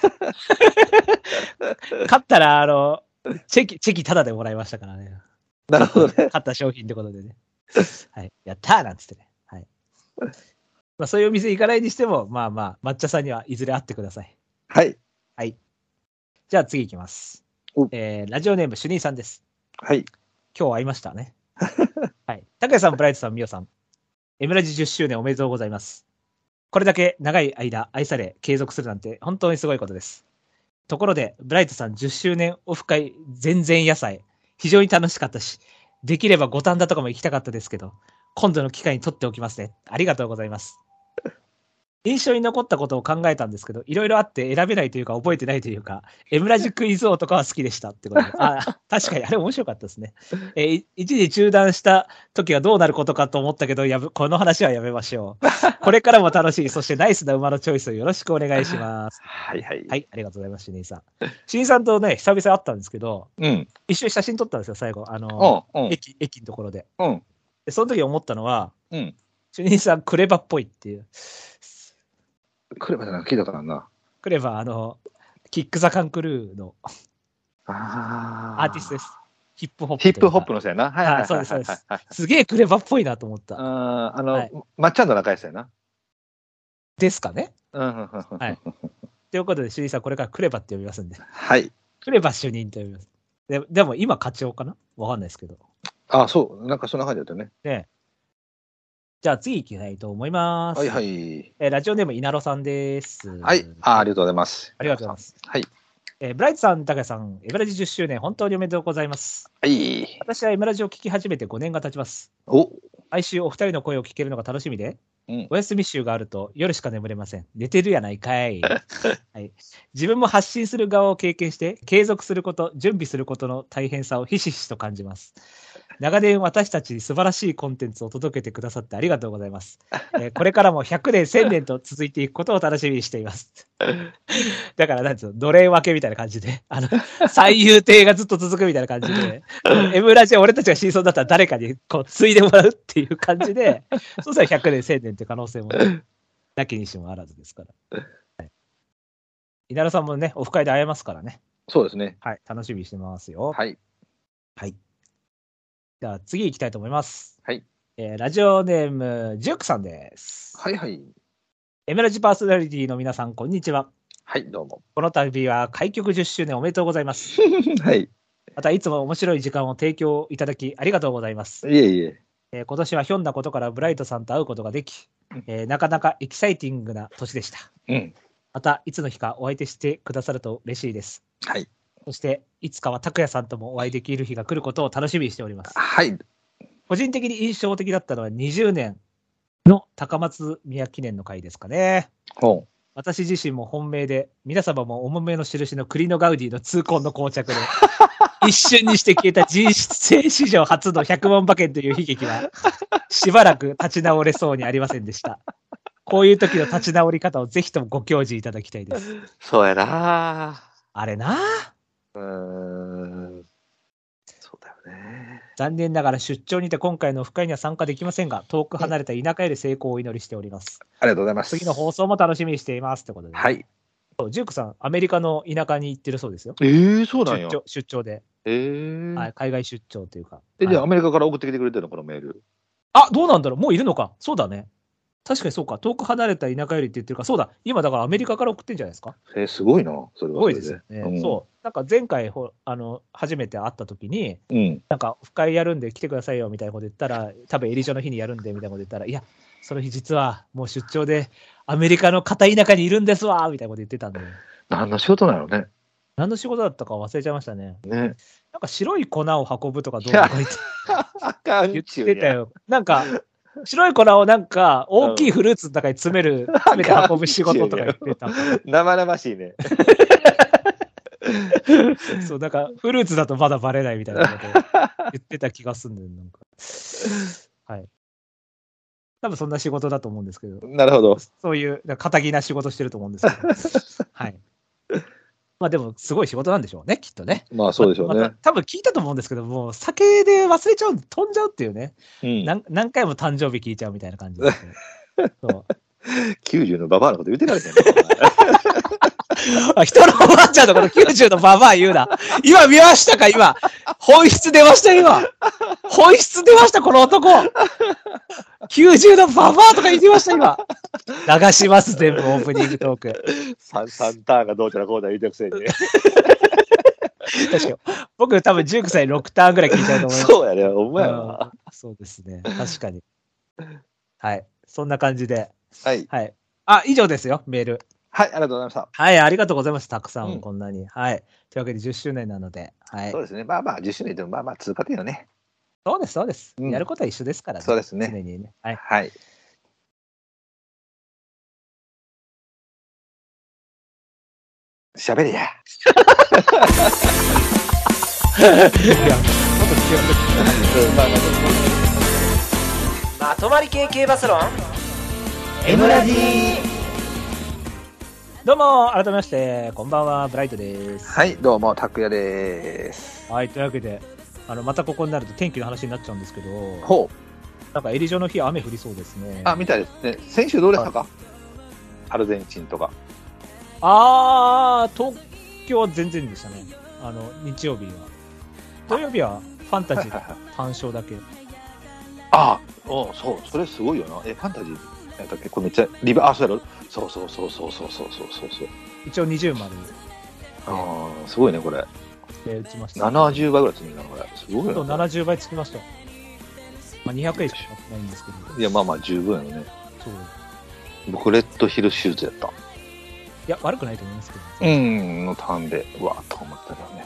S2: ったら、あの、チェキ、チェキタダでもらいましたからね。
S3: なるほどね。
S2: 買った商品ってことでね。はい。やったーなんつってね。はい。まあ、そういうお店行かないにしても、まあまあ、抹茶さんにはいずれ会ってください。
S3: はい。
S2: じゃあ次行きます
S3: お。
S2: えー、ラジオネーム、主任さんです。
S3: はい。
S2: 今日会いましたね。はい。拓也さん、ブライトさん、ミオさん。エムラジ10周年おめでとうございます。これだけ長い間愛され継続するなんて本当にすごいことです。ところで、ブライトさん10周年オフ会全然野菜。非常に楽しかったし、できれば五反田とかも行きたかったですけど、今度の機会に取っておきますね。ありがとうございます。印象に残ったことを考えたんですけど、いろいろあって選べないというか、覚えてないというか、エムラジクイズ王とかは好きでしたってことで、あ確かに、あれ面白かったですね。えーい一時中断した時はどうなることかと思ったけど、やぶこの話はやめまし ょう。これからも楽しい、そしてナイスな馬のチョイスをよろしくお願いします。
S3: はいはい。
S2: はい、ありがとうございます、しにいさん。 しにいさんとね、久々会ったんですけど、
S3: うん。
S2: 一緒に写真撮ったんですよ、最後。あの、
S3: うん。うん。
S2: 駅、駅のところで。
S3: うん。
S2: で、その時思ったのは、
S3: うん。
S2: 主任さん、クレバっぽいっていう。
S3: クレバじゃなく聞いたからな。
S2: クレバ、あの、キック・ザ・カンクルーの
S3: ああ。
S2: アーティストです。ヒップホップと
S3: ヒ
S2: いう
S3: ッ
S2: か。
S3: プホップの人やな。はいはいはいはい。
S2: そうですそうです
S3: はい。
S2: すげえクレバっぽいなと思った。
S3: あーあの、
S2: はい
S3: まっちゃんと仲良しやな。
S2: ですかね
S3: うんうんうんうん
S2: はいということで、主任さん、これからクレバって呼びますんで。
S3: はい。
S2: クレバ主任と呼びます。ででも、今、課長かなわかんないですけど。
S3: あそう。なんかそんな感じだったよね。
S2: じゃあ、次行きたいと思います。
S3: はいはい。
S2: えーラジオネーム、稲呂さんです。
S3: はい。あーありがとうございます。
S2: ありがとうございます。
S3: はい。
S2: えーブライトさん、高谷さん、エブラジ10周年、本当におめでとうございます。
S3: はい。
S2: 私はエムラジを聞き始めて5年が経ちます。
S3: お
S2: 毎週お二人の声を聞けるのが楽しみで、
S3: うん
S2: お休み週があると夜しか眠れません。寝てるやないか い、はい。自分も発信する側を経験して、継続すること、準備することの大変さをひしひしと感じます。長年私たちに素晴らしいコンテンツを届けてくださってありがとうございます。えーこれからも100年、1000年と続いていくことを楽しみにしています。だから、なんつうの、奴隷分けみたいな感じで、あの、 最優艇がずっと続くみたいな感じで、M ラジオ俺たちが真相だったら誰かにこう、継いでもらうっていう感じ で、そうしたら100年、1000年って可能性も、なきにしもあらずですから。はい、稲田さんもね、オフ会で会えますからね。
S3: そうですね。
S2: はい、楽しみにしてますよ。
S3: はい。
S2: じゃあ、次行きたいと思います。
S3: はい。
S2: えーラジオネーム、ジュークさんです。
S3: はいはい。
S2: エムラジパーソナリティの皆さん、こんにちは。
S3: はい、どうも。
S2: この度は開局10周年おめでとうございます。
S3: はい。
S2: またいつも面白い時間を提供いただきありがとうございます。
S3: いえいえ。
S2: えー今年はひょんなことからブライトさんと会うことができ、えーなかなかエキサイティングな年でした。
S3: うん。
S2: またいつの日かお相手してくださると嬉しいです。
S3: はい。
S2: そしていつかは拓也さんともお会いできる日が来ることを楽しみにしております。
S3: はい。
S2: 個人的に印象的だったのは20年の高松宮記念の会ですかね。
S3: ほ
S2: 私自身も本命で、皆様も重めの印の栗のガウディの痛恨の膠着 で、一瞬にして消えた人生史上初の100万馬券という悲劇は、しばらく立ち直れそうにありませんでした。こういう時の立ち直り方をぜひともご教示いただきたいです。
S3: う。そうやな
S2: あれなあ
S3: うーん。そうだよね。
S2: 残念ながら出張にて今回のオフ会には参加できませんが、遠く離れた田舎より成功をお祈りしております。
S3: ありがとうございます。
S2: 次の放送も楽しみにしています。ってことで、
S3: はい。
S2: そうジュークさん、アメリカの田舎に行ってるそうですよ。
S3: えー、そうなん
S2: 出
S3: や。
S2: 張出張で、
S3: えー。
S2: はい、海外出張というか。
S3: え、じゃ
S2: は
S3: あ
S2: い
S3: アメリカから送ってきてくれてるのこのメール。
S2: あ、どうなんだろうもういるのか。そうだね。確かにそうか。遠く離れた田舎よりって言ってるから、そうだ。今だからアメリカから送ってんじゃないですか。
S3: えー、すごいな。それ
S2: す
S3: はそれ。
S2: ごいですよね。
S3: うん、
S2: そう。なんか前回ほ、あの、初めて会った時に、
S3: う。うん。
S2: なんか、オフ会やるんで来てくださいよみたいなこと言ったら、多分エリジョの日にやるんでみたいなこと言ったら、いや、その日実はもう出張でアメリカの片田舎にいるんですわみたいなこと言ってたんで、
S3: 何の仕事なのね。
S2: 何の仕事だったか忘れちゃいましたね。
S3: ね。
S2: なんか白い粉を運ぶとかどうとか言って
S3: あかん
S2: 言っ
S3: ちゅ
S2: てたよ。なんか、白い粉をなんか、大きいフルーツの中に詰める、詰めて運ぶ仕事とか言ってた。
S3: 生々しいね。
S2: そう、なんか、フルーツだとまだバレないみたいな こと言ってた気がすんだよ、なんか。はい。多分そんな仕事だと思うんですけど、
S3: なるほど。
S2: そういう、なんか、気な仕事してると思うんです けど。はい。まあでも、すごい仕事なんでしょうね、きっとね。
S3: まあそうでしょう
S2: ま
S3: ね
S2: た。多分聞いたと思うんですけど、もう酒で忘れちゃう、飛んじゃうっていうね。
S3: うん。
S2: なん何回も誕生日聞いちゃうみたいな感じですね そう
S3: 90のババアのこと言ってられてん
S2: あ人のおばあちゃんのこと90のババア言うな。今見ましたか今。本質出ました今。本質出ましたこの男。90のババアとか言ってました今。流します全部オープニングトーク。
S3: サンサンターンがどうちゃらこうだ言うてるくせ にね。
S2: 確かに。僕多分19歳6ターンぐらい聞いちゃうと思います。
S3: そうやね。お前は。
S2: うんそうですね。確かに。はい。そんな感じで。
S3: はい。
S2: はい。あ、以上ですよ、メール。
S3: はい、ありがとうございました。
S2: はい、ありがとうございます。たくさん、
S3: うん
S2: こんなに。はい。というわけで10周年なので。はい
S3: そう。ですね。まあまあ、10周年でもまあまあ通過点よね。
S2: そうです、そうです。
S3: うん
S2: や ることは一緒ですからね。
S3: そうですね
S2: 常にね。はい。
S3: はい。喋れや。
S2: いや、もっと強く。
S4: まとまり系系バスロン
S3: エムラジ
S2: どうも、改めまして、こんばんは、ブライトです。
S3: はい、どうも、拓也です。
S2: はい、というわけで、あの、またここになると天気の話になっちゃうんですけど、
S3: ほう。
S2: なんか、エリジョの日、雨降りそうですね。
S3: あ、みたいですね。先週どうでしたかアルゼンチンとか。
S2: あー、東京は全然でしたね。あの、日曜日は。土曜日は、ファンタジー単勝だけ。
S3: あおそう、それすごいよな。え、ファンタジーなんだっけこれめっちゃ、リバー、あ、そうやろそうそうそうそうそうそうそうそうそう。
S2: 一応20丸
S3: ああ、すごいね、これ。
S2: で打ちました。
S3: 70倍ぐらい積みなの、これ。すごい
S2: ちょっと
S3: よ、ね。
S2: 70倍つきました。まあ、200円しかないんですけど。
S3: いや、まあまあ、十分やろね。
S2: そう。
S3: 僕、レッドヒル手術やった。
S2: いや、悪くないと思いますけど。
S3: うん、のターンで、うわーっと思ったけどね。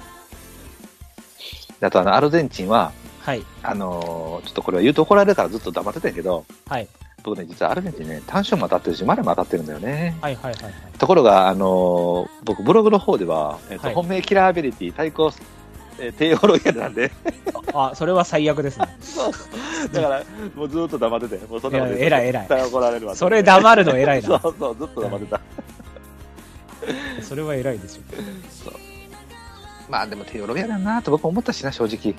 S3: あと、あの、アルゼンチンは、
S2: はい。
S3: あのーちょっとこれは言うと怒られるからずっと黙ってたんやけど、
S2: はい。
S3: 僕ね、実はアルゼンチンね、単勝も当たってるし、マネも当たってるんだよね。
S2: はいはいはいはい。
S3: ところが、あのー僕、ブログの方では、えっと
S2: はい
S3: 本命キラーアビリティ対抗、えー帝王ロイヤルなんで、
S2: あ、それは最悪ですね。
S3: だから、もうずっと黙ってて、もうそんなこと
S2: いや偉い偉い
S3: 絶対怒られるわ。
S2: それ黙るの偉い
S3: そ
S2: な。
S3: うそう、ずっと黙ってた。
S2: それは偉いですよ。
S3: そうまあ、でも帝王ロイヤルだなと僕思ったしな、正直。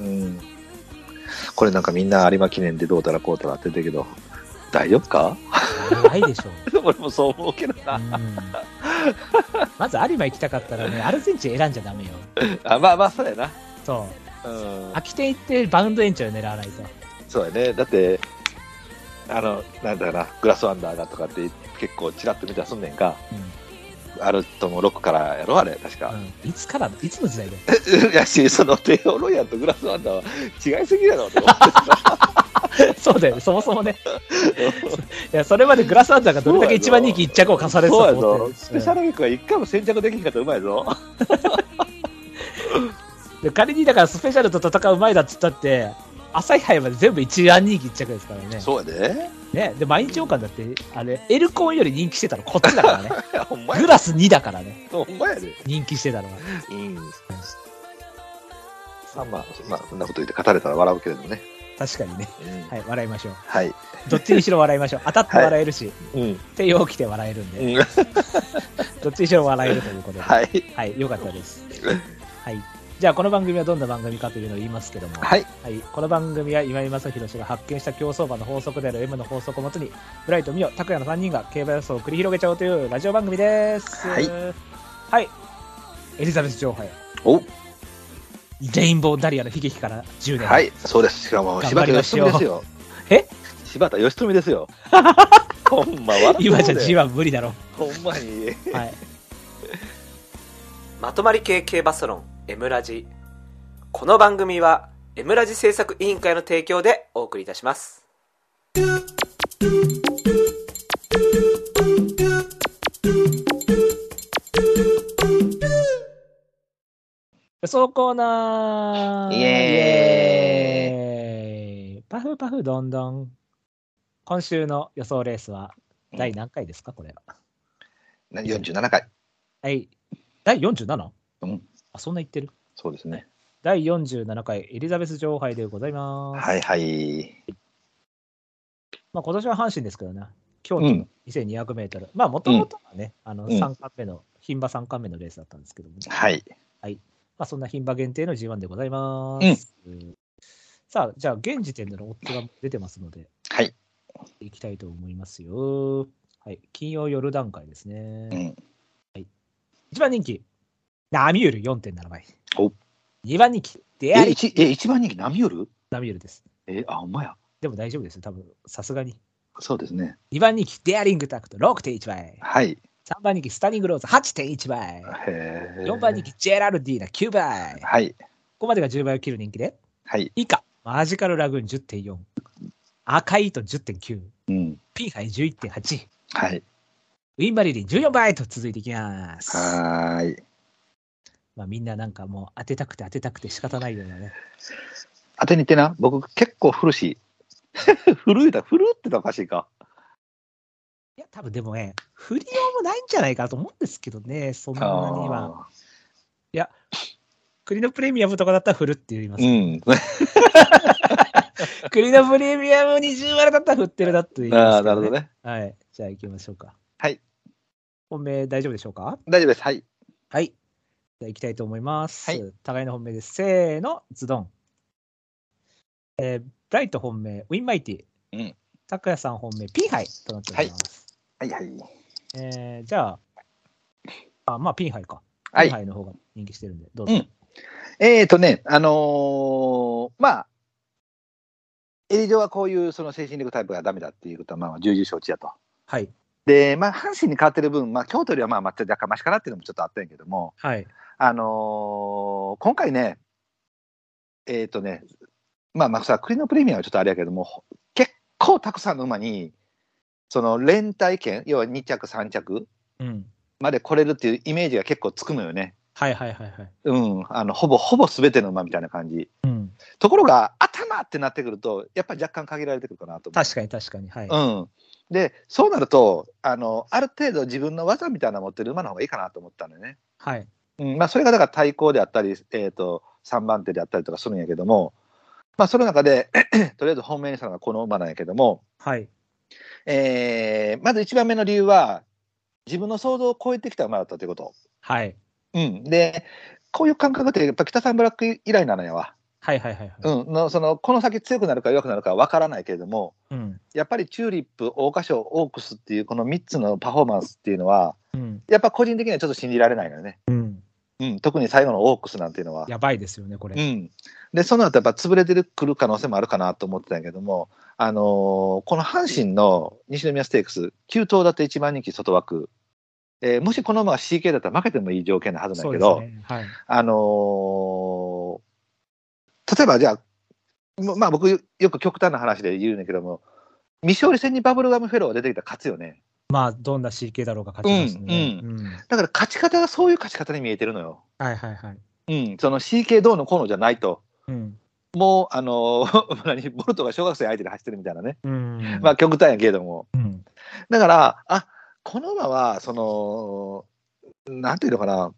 S2: うん。
S3: うん。これなんかみんな有馬記念でどうたらこうたらって言ってるけど、大丈夫か
S2: 偉いでしょう。
S3: 俺もそう思うけどな
S2: う。ん。まず有馬行きたかったらね、アルゼンチン選んじゃダメよ。
S3: あまあまあ、そうやな。
S2: そう。
S3: うん、
S2: 空き店行ってバウンド延長を狙わないと。
S3: そうやね。だって、あの、なんだかな、グラスワンダーがとかって結構ちらっと見たらすんねんか。あるとも6からやろ、あれ、確
S2: う
S3: か。
S2: ん。うん。いつから、いつの時代で。
S3: やし、その、テオロイヤルとグラスワンダーは違いすぎやろと思って
S2: そうだよね、そもそもね。 いや、それまでグラスアンダーがどれだけ一番人気一着を重ねてたと
S3: そうや
S2: 思っ
S3: ぞ。
S2: て
S3: スペシャルウィークは一回も先着できんかったらうまいぞ。
S2: で仮にだからスペシャルと戦う前だっつったって、朝日杯まで全部一番人気一着ですからね。
S3: そうやで。
S2: ね。で、毎日王冠だって、あれ、エルコンより人気してたのこっちだからね。
S3: いやほんまや
S2: グラス2だからね。
S3: で。ほんまやで。
S2: 人気してたのは。
S3: うん。まあまあ、まあ、そんなこと言って語れたら笑うけれどもね。
S2: 確かにね。
S3: うん
S2: はい、笑いましょう。
S3: はい。
S2: どっちにしろ笑いましょう。当たって笑えるし、
S3: うん。
S2: 手を着て笑えるんで、
S3: うん
S2: どっちにしろ笑えるということで。
S3: はい。
S2: はい、よかったです。はい。じゃあ、この番組はどんな番組かというのを言いますけども、
S3: はい。
S2: はい、この番組は今井正弘氏が発見した競走馬の法則である M の法則をもとに、ブライト、ミオ、拓也の3人が競馬予想を繰り広げちゃおうというラジオ番組です。
S3: はい。
S2: はい。エリザベス女王杯、
S3: お
S2: レインボーダリアの悲劇から10年。
S3: は。い、そうです。しかも、
S2: 頑
S3: 柴
S2: 張
S3: 田
S2: りま
S3: 義
S2: しょ
S3: 史
S2: う
S3: ですよ。
S2: え
S3: 柴田義史で すよ。ほんま、笑
S2: 今じゃ
S3: 自
S2: G1 無理だろ。
S3: ほんまに。
S2: はい。
S4: まとまり系系バスロン M ラジこの番組は M ラジ制作委員会の提供でお送りいたします
S2: 予想コーナー
S3: イ
S2: イ
S3: エ
S2: エーイパフパフどんどん。今週の予想レースは、第何回ですか、これは。
S3: な47回。
S2: はい。第 47?
S3: うん。
S2: あ、そんな言ってる
S3: そうですね。
S2: 第47回エリザベス女王杯でございます。
S3: はいはい。
S2: まあ、今年は阪神ですけどね、京
S3: う
S2: 都
S3: ん。
S2: 2200メートル、まあ、もともとはね、あの
S3: うん
S2: 三冠目の、牝馬3冠目のレースだったんですけども、
S3: はい。
S2: まあ、そんな牝馬限定の G1 でございます。さあ、じゃあ、現時点でのオッズが出てますので、
S3: はい。
S2: いきたいと思いますよ。はい、金曜夜段階ですね。
S3: うん。
S2: 一番人気、ナミュール4.7倍
S3: お。
S2: 2番人気、デア
S3: え、
S2: リ
S3: 一え一番人気、波夜
S2: ナミュールです。
S3: え、あ、ほんまや。
S2: でも大丈夫ですよ、多分さすがに。
S3: そうですね。
S2: 2番人気、デアリングタクト6.1倍。
S3: はい。
S2: 3番人気、スタニングローズ8.1倍。
S3: へー
S2: 4番人気、ジェラルディーナ9倍。こ
S3: はい。
S2: こまでが10倍を切る人気で、
S3: はい。
S2: 以下、マジカルラグーン10.4、赤い糸10.9、
S3: うん。
S2: ピンハイ11.8、
S3: はい。
S2: ウィンバリリン14倍と続いていきます。
S3: はーい。
S2: まあ、みんななんかもう当てたくて当てたくて仕方ないようなね。
S3: 当てに行って な、僕結構古し。古いだ、古ってのはおかしいか。
S2: いや、多分でもね、振りようもないんじゃないかなと思うんですけどね、そんなには。
S3: あ
S2: 国のプレミアムとかだったら振るって言います
S3: ー。うん。
S2: 国のプレミアム20割だったら振ってるなって言います、
S3: ああ、なるほど。ね。
S2: はい。じゃあ行きましょうか。
S3: はい。
S2: 本命大丈夫でしょうか
S3: 大丈夫です。はい。
S2: はい。じゃあ行きたいと思います。
S3: はい
S2: 互いの本命です。せーの、ズドン。えー、ブライト本命、ウィンマイティ。
S3: うん。
S2: 拓也さん本命、ピンハイとなっております。
S3: はいはい。
S2: えー、じゃあ、あ、まあピンハイか。
S3: は
S2: ピン
S3: い。
S2: ハイの方が人気してるんで、どう
S3: う
S2: ぞ。
S3: ん。えーとね、あのーまあ、エリジョはこういうその精神力タイプがダメだっていうことは、まあ、重々承知だと。
S2: はい。
S3: で、まあ、阪神に変わってる分、まあ、京都よりはまあ、また若干マシかなっていうのもちょっとあったんやけども、
S2: はい。
S3: あのー今回ね、えっ、とね、まあ、まあさ、栗のプレミアムはちょっとあれやけども、結構たくさんの馬に、その連帯権、要は2着、3着
S2: うん。
S3: まで来れるっていうイメージが結構つくのよね。
S2: はいはいはいはい。
S3: うん、あのほぼほぼ全ての馬みたいな感じ。
S2: うん。
S3: ところが、頭ってなってくると、やっぱり若干限られてくるかなと思う。
S2: 確かに確かに。はい。
S3: うん、で、そうなるとあの、ある程度自分の技みたいなの持ってる馬の方がいいかなと思ったんだよね。
S2: はい。
S3: うんまあ、それがだから対抗であったり、えー、と3番手であったりとかするんやけども、まあ、その中で とりあえず本命にしたのがこの馬なんやけども、
S2: はい。
S3: えーまず1番目の理由は自分の想像を超えてきた馬だったということ、
S2: はい。
S3: うん、でこういう感覚ってやっぱ北三ブラック以来なのやわ、
S2: はいはいはいは
S3: う
S2: い。
S3: ん、のそのこの先強くなるか弱くなるかわからないけれども
S2: うん。
S3: やっぱりチューリップ桜花賞オークスっていうこの3つのパフォーマンスっていうのは
S2: うん。
S3: やっぱ個人的にはちょっと信じられないのよね、
S2: うん。
S3: うん、特に最後のオークスなんていうのは。
S2: やばいですよね、これ。
S3: うん、でその後やっぱ潰れてくる可能性もあるかなと思ってたんやけども、あのーこの阪神の西宮ステークス9頭立て1番人気外枠、えーもしこの馬が CK だったら負けてもいい条件なはずなん
S2: そ
S3: や
S2: う
S3: け
S2: で
S3: ど、
S2: すね。はい。
S3: あのー例えばじゃあ、もまあ、僕よく極端な話で言うんだけども未勝利戦にバブルガムフェローが出てきたら勝つよね
S2: まあ、どんな CK だろうが勝ちますね。
S3: う
S2: うん。
S3: だから勝ち方がそういう勝ち方に見えてるのよ、
S2: はいはいはい。
S3: うん、その CK どうのこうのじゃないと。
S2: うん。
S3: もう、あのー何ボルトが小学生相手で走ってるみたいなね、
S2: うん。
S3: まあ、極端やけれども、
S2: うん。
S3: だから、あこの馬は、その、なんていうのかな、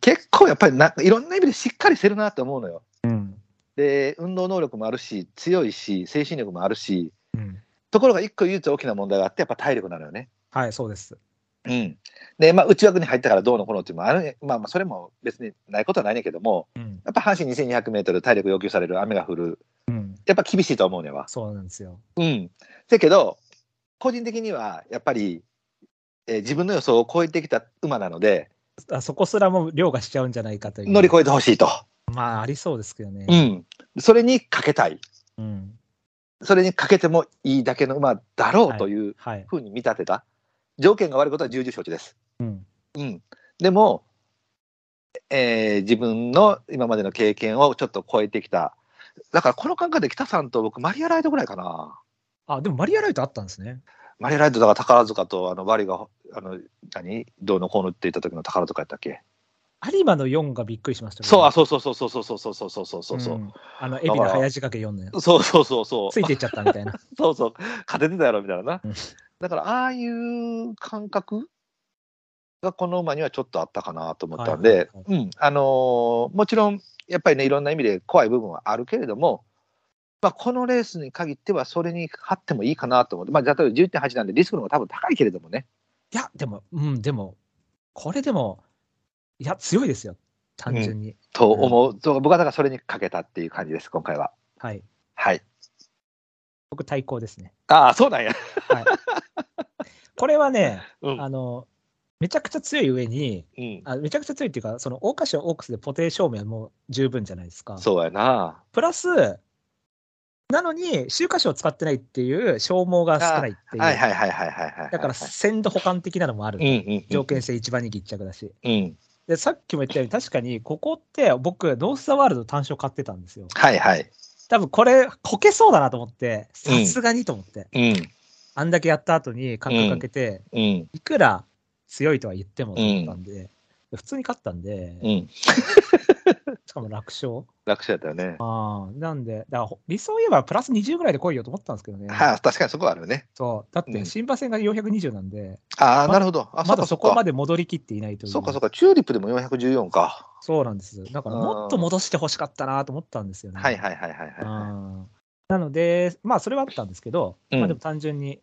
S3: 結構やっぱりないろんな意味でしっかりしてるなと思うのよ。
S2: うん。
S3: で、運動能力もあるし、強いし、精神力もあるし、
S2: うん。
S3: ところが一個唯一大きな問題があって、やっぱ体力なのよね。
S2: はい、そうです。
S3: うん、で、まあ、内枠に入ったからどうのこうのっていうのもある、まあ、まあそれも別にないことはないねんけども、
S2: うん。
S3: やっぱ阪神2200メートル、体力要求される、雨が降る、
S2: うん。
S3: やっぱ厳しいと思うねんわ。
S2: そうなんですよ。
S3: うん。だけど、個人的にはやっぱり、えー自分の予想を超えてきた馬なので、
S2: あそこすらも凌駕しちゃうんじゃないかという。
S3: 乗り越えてほしいと。
S2: まあ、ありそうですけどね。
S3: うん。それにかけたい。
S2: うん。
S3: それにかけてもいいだけの馬だろうという
S2: はい。
S3: ふうに見立てた。条件が悪いことは重々承知です。
S2: うん。
S3: うん。でも、えー自分の今までの経験をちょっと超えてきた。だからこの感覚で北さんと僕、マリアライドぐらいかな。
S2: あ、でもマリアライトあったんですね。
S3: マリアライドだから宝塚とあのバリがあの何どうのこうのって言った時の宝塚やったっけ
S2: 有馬の4がびっくりしましたけど
S3: そうあそうそうそうそうそうそうそうそうそうそうそうそ
S2: んあの、海老の早仕掛け4のやつ。
S3: うそうそうそう
S2: ついていっちゃったみたいな。
S3: そうそう勝ててたやろみたいなな
S2: うん
S3: だからああいう感覚がこの馬にはちょっとあったかなと思った
S2: は
S3: ん
S2: い
S3: で
S2: はい
S3: うんあのーもちろんやっぱりねいろんな意味で怖い部分はあるけれどもまあ、このレースに限っては、それに張ってもいいかなと思って、まあ、例えば11.8なんで、リスクの方が多分高いけれどもね、
S2: いや、でも、うん、でも、これでも、いや、強いですよ。単純に。
S3: と思う、そう僕はだからそれにかけたっていう感じです、今回は。
S2: はい。
S3: はい。
S2: 僕、対抗ですね。
S3: ああ、そうなんや。
S2: はい。これはね、
S3: うん。
S2: あの、めちゃくちゃ強い上に、
S3: うん、
S2: あめちゃくちゃ強いっていうか、その、桜花賞オークスで固定証明はもう十分じゃないですか。
S3: そうやな。
S2: プラス、なのに、週刊賞を使ってないっていう消耗が少ないっていう。
S3: はいはいはいはいはいはい。
S2: だから、鮮度補完的なのもある
S3: うん。うん。
S2: 条件性一番人気一着だし。
S3: うん。
S2: で、さっきも言ったように、確かに、ここって、僕、ノース・ザ・ワールド単勝買ってたんですよ。
S3: はいはい。
S2: 多分これ、こけそうだなと思って、さ
S3: うん
S2: すがにと思って、
S3: うん。
S2: あんだけやった後に、感覚かけて、
S3: うん。
S2: いくら強いとは言ってもだったんで、普通に勝ったんで、
S3: うん。
S2: しかも楽勝。
S3: 楽勝やったよね。
S2: ああ、なんで、だからほ理想を言えばプラス20ぐらいで来いよと思ったんですけどね。
S3: はあ、確かにそこはあるね。
S2: そう。だっ
S3: う
S2: て、
S3: ん
S2: 新馬戦が420なんで、
S3: ああ、
S2: ま
S3: なるほど。あ、
S2: まだそこま
S3: で。
S2: で戻りきっていないという。
S3: そうか、そうか。チューリップでも414か。
S2: そうなんです。だから、
S3: うん
S2: もっと戻してほしかったなと思ったんですよね。
S3: はいはいはいはいはい。
S2: うんなので、まあ、それはあったんですけど、
S3: うん
S2: まあ、でも単純に。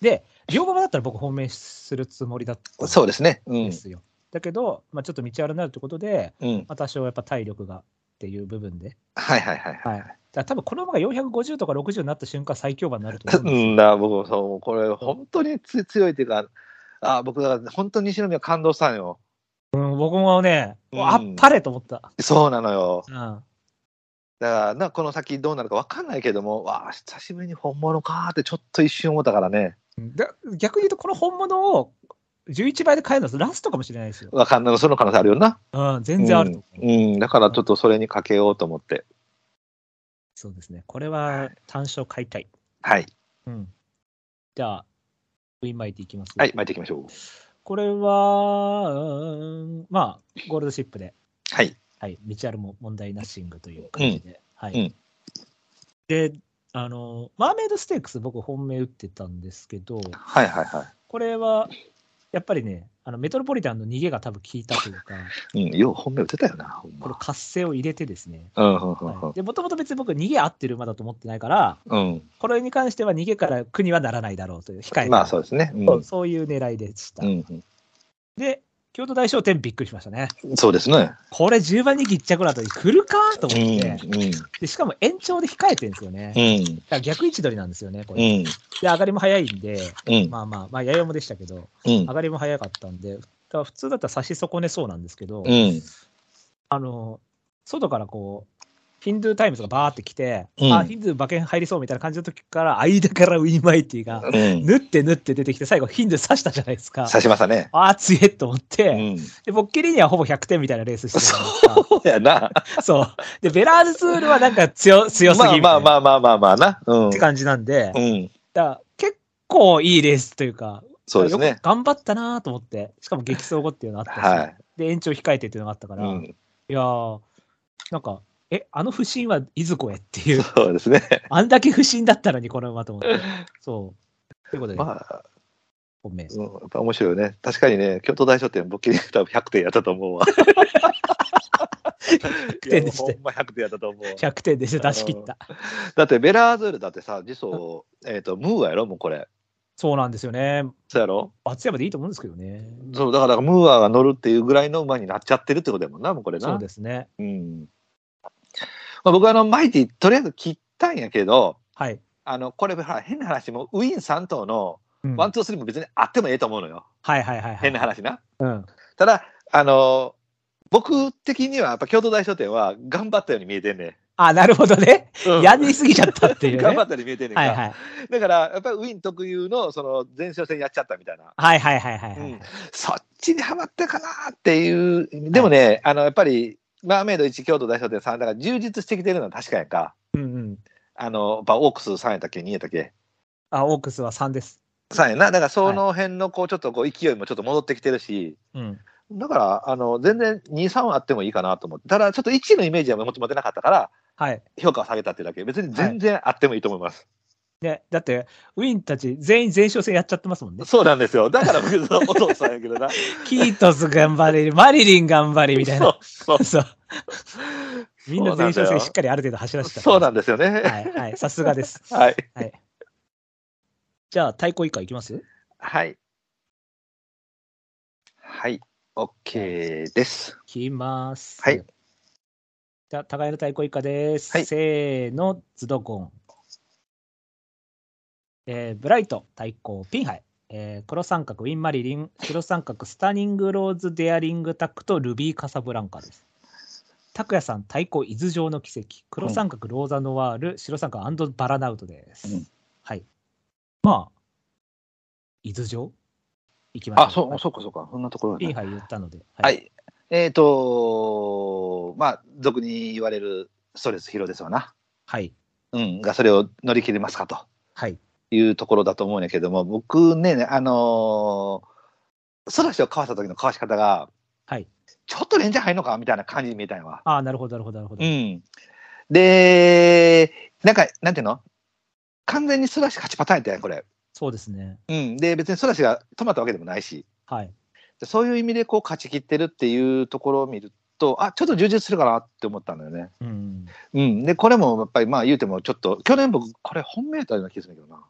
S2: で、両馬だったら僕、本命するつもりだったん
S3: そうですね。う
S2: で
S3: ん。
S2: すよ。だけど、まあ、ちょっと道あるなるってことで、
S3: うん。
S2: まあ、多少やっぱ体力がっていう部分で。
S3: はいはいはい
S2: は。
S3: はいい。
S2: だから多分この馬が450とか60になった瞬間、最強馬になると
S3: う
S2: 思うんですよ
S3: んだ、僕もそう、これ、本当につ強いっていうか、あ僕、だから本当に西宮感動したのよ。
S2: うん、僕もね、
S3: うん
S2: あっぱれと思った。
S3: そうなのよ。
S2: うん。
S3: だから、なこの先どうなるか分かんないけども、わあ、久しぶりに本物かーってちょっと一瞬思ったからね、
S2: だ逆に言うと、この本物を11倍で買えるのはラストかもしれないですよ。
S3: 分かんない、その可能性あるよな。
S2: うん、全然あると思う。
S3: うん、だからちょっとそれにかけようと思って。
S2: そうですね。これは単勝買いたい。
S3: はい、
S2: うん。じゃあ、ウィンマイティいきます。
S3: はい、。巻いていきましょう。
S2: これは、うーん、まあ、ゴールドシップで、
S3: はい、
S2: はい、道あるも問題ナッシングという感じで。はい、
S3: うん
S2: で、あの、マーメイドステークス、僕、本命打ってたんですけど、
S3: はい、はい、は
S2: これは、やっぱりね、あのメトロポリタンの逃げが多分効いたというか、
S3: い。うん、よう本命打てたよな、ほん
S2: この
S3: ま。
S2: 活性を入れてですね、
S3: うん、うん、うん
S2: はい、でもともと別に僕、逃げ合ってる馬だと思ってないから、
S3: うん、
S2: これに関しては逃げから苦にはならないだろうという、控え
S3: う
S2: て
S3: ん。まあ、そうですね。うん、
S2: そうそういう狙いでした。
S3: うん
S2: で、京都大賞典びっくりしましたね。
S3: うん、そうですね。
S2: これ10番人気1着の後に来るかと思
S3: う
S2: って、
S3: ん、うん、
S2: で、しかも延長で控えてるんですよね。だ
S3: うん、
S2: から逆位置取りなんですよね、こ
S3: う
S2: れ。
S3: ん、
S2: で、上がりも早いんで、
S3: うん、
S2: まあまあ、まあ、ややもでしたけど、
S3: う
S2: 上、
S3: ん
S2: がりも早かったんで、だから普通だったら差し損ねそうなんですけど、
S3: うん。
S2: あの、外からこう、ヒンドゥータイムズがバーって来て、
S3: うん
S2: あ、ヒンドゥー馬券入りそうみたいな感じの時から、間からウィンマイティが、
S3: うん、
S2: 縫って縫って出てきて、最後ヒンドゥー刺したじゃないですか。
S3: 刺しましたね。
S2: ああ、強えと思って、
S3: うん。
S2: で、ボッケリーニはほぼ100点みたいなレースしてたじゃないですか
S3: そうやな。
S2: そう。で、ベラーズツールはなんか強、強すぎみたいな
S3: まあまあまあまあまあな。うん。
S2: って感じなんで、
S3: うん。
S2: だから結構いいレースというか、
S3: そうです
S2: よ
S3: ね
S2: く。頑張ったなと思って、しかも激走後っていうのあったし、
S3: はい。
S2: で、延長控えてっていうのがあったか
S3: う
S2: ら、い
S3: ん。
S2: やー、なんか、え、あの不審はいずこへっていう、
S3: そうですね。
S2: あんだけ不審だったのに、この馬と思って。そう。ということで、
S3: まあ、
S2: 本命。
S3: うんやっぱ面白いよね。確かにね、京都大書店、僕、多分100点やったと思うわ。100
S2: 点で した
S3: ほんま100点やったと思うわ。
S2: 100点で出し切った。
S3: だって、ベラーズールだってさ、時速、えっと、ムーアやろ、もうこれ。
S2: そうなんですよね。
S3: そうやろ
S2: 松山でいいと思うんですけどね。
S3: そう、だから、ムーアが乗るっていうぐらいの馬になっちゃってるってことやもんな、もうこれな。
S2: そうですね。
S3: うん。まあ、僕は、あの、マイティ、とりあえず切ったんやけど、
S2: はい。
S3: あの、これ、ほら変な話、もうウィン3頭の
S2: うん
S3: ワ
S2: は
S3: ン、
S2: い
S3: ツー、スリーも別にあってもええと思うのよ。
S2: はいはいはい。
S3: 変な話な。
S2: うん。
S3: ただ、あのー僕的には、やっぱ京都大書店は頑張ったように見えてんね
S2: あ、なるほどね。
S3: ん。うん
S2: やりすぎちゃったっていう、ね。
S3: 頑張ったように見えてんねんか
S2: はい
S3: ら。
S2: はい。
S3: だから、やっぱりウィン特有の、その、前哨戦やっちゃったみたいな。
S2: はいはいはいはいは
S3: う
S2: い。
S3: ん。そっちにはまったかなっていう。でもね、あの、やっぱり、マーメイド1、京都大書店3、だから充実してきてるのは確かやんか。
S2: うんうん。
S3: あの、やっぱオークス3やったっけ、2やったっけ。
S2: あ、オークスは3です。
S3: 3やな。だから、その辺の、こう、ちょっとこう、勢いもちょっと戻ってきてるし。
S2: うん。
S3: だから、あの、全然2、3あってもいいかなと思って。ただ、ちょっと1のイメージはもちろん持てなかったから、
S2: はい。
S3: 評価を下げたっていうだけ。別に全然あってもいいと思います。
S2: ね、だって、ウィンたち全員前哨戦やっちゃってますもんね。
S3: そうなんですよ。だから僕、お父さんや けどな。
S2: キートス頑張り、マリリン頑張りみたいな。
S3: そう
S2: そう。みんな前哨
S3: そうなんだ
S2: 戦
S3: よ
S2: しっかりある程度走らせた。
S3: そうなんですよね。
S2: はいはい。さすがです。
S3: はい。
S2: はい。じゃあ、対抗以下いきます
S3: はい。はい。OK です。
S2: いきます。
S3: はい。
S2: じゃあ、互いの対抗以下です。
S3: はい
S2: せーの、ズドコン。えーブライト、対抗、ピンハイ。えー黒三角、ウィン・マリリン。白三角、スタニング・ローズ・デアリング・タックとルビー・カサブランカです。拓也さん、対抗、伊豆城の奇跡。黒三角、ローザ・ノワール。白三角、アンド・バラナウトです。
S3: うん
S2: はい。まあ、伊豆城行きましょう。
S3: あ、そう、
S2: はい
S3: そうか、そうか。そんなところ
S2: ピン
S3: ね
S2: ハイ言ったので。
S3: は。
S2: はい
S3: えっ、とまあ、俗に言われるストレス疲労ですわな。
S2: はい。
S3: うん。が、それを乗り切れますかと。
S2: はい。
S3: いうところだと思うんやけども、僕ね、あのー、ソダシをかわした時のかわし方が、
S2: はい。
S3: ちょっとレンジャー入んのかみたいな感じに見えたんやわ。
S2: ああ、なるほど、なるほど、なるほど
S3: う。ん。で、なんか、なんていうの完全にソラシ勝ちパターンやったやん、これ。
S2: そうですね。
S3: うん。で、別にソラシが止まったわけでもないし。
S2: はい。
S3: でそういう意味でこう勝ち切ってるっていうところを見ると、あ、ちょっと充実するかなって思ったんだよね。
S2: うん。
S3: うん。で、これもやっぱりまあ言うてもちょっと、去年僕、これ本命だったような気がするんだけどな。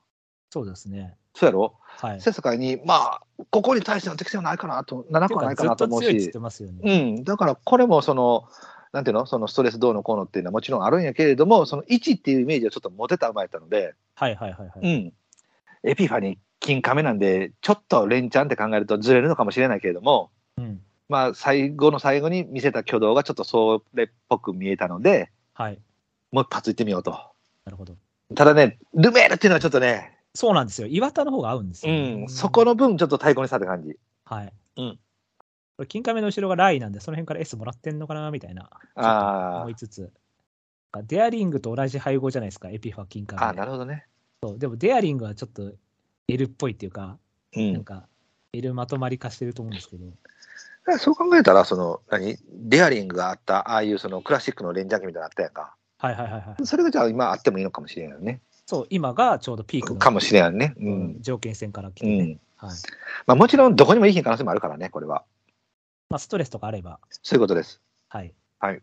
S2: そうですね。
S3: そうやろ
S2: はい。
S3: せやさかいに、まあ、ここに対しての適性はないかなと、7個はないかなと思う
S2: ずっと強いって言っ
S3: し。
S2: てますよね。
S3: うん、だからこれもその、なんていうの、そのストレスどうのこうのっていうのはもちろんあるんやけれども、その1っていうイメージをちょっと持てた馬やったので、
S2: はいはいはいは
S3: う
S2: い。
S3: ん、エピファニー、金亀なんで、ちょっと連チャンって考えるとずれるのかもしれないけれども、
S2: うん。
S3: まあ、最後の最後に見せた挙動がちょっとそれっぽく見えたので、
S2: はい。
S3: もう一発いってみようと。
S2: なるほど。
S3: ただね、ルメールっていうのはちょっとね、
S2: そうなんですよ。岩田の方が合うんです
S3: う
S2: よ。
S3: ん、そこ。の分、ちょっと太鼓にしたって感じ。
S2: はい。
S3: うん。
S2: これ金亀の後ろがライなんで、その辺から S もらってんのかなみたいな。
S3: あー
S2: 思いつつ。デアリングと同じ配合じゃないですか、エピファ、金
S3: ああ、
S2: 亀。
S3: なるほどね。
S2: そうでもデアリングはちょっと L っぽいっていうか、
S3: う
S2: なん
S3: ん、
S2: か L まとまり化してると思うんですけど。
S3: そう考えたら、その、何、デアリングがあった、ああいうそのクラシックのレンジャー機みたいなのあったやんか。
S2: はいはいはいはい。
S3: それがじゃあ今あってもいいのかもしれないよね。
S2: そう、今がちょうどピークの
S3: かもしれないね。う
S2: うん
S3: ん。
S2: 条件線から来
S3: う
S2: て、
S3: ん。
S2: はい
S3: まあもちろんどこにもいい品可能性もあるからね、これは。
S2: まあ、ストレスとかあれば、
S3: そういうことです。
S2: はい。
S3: はい。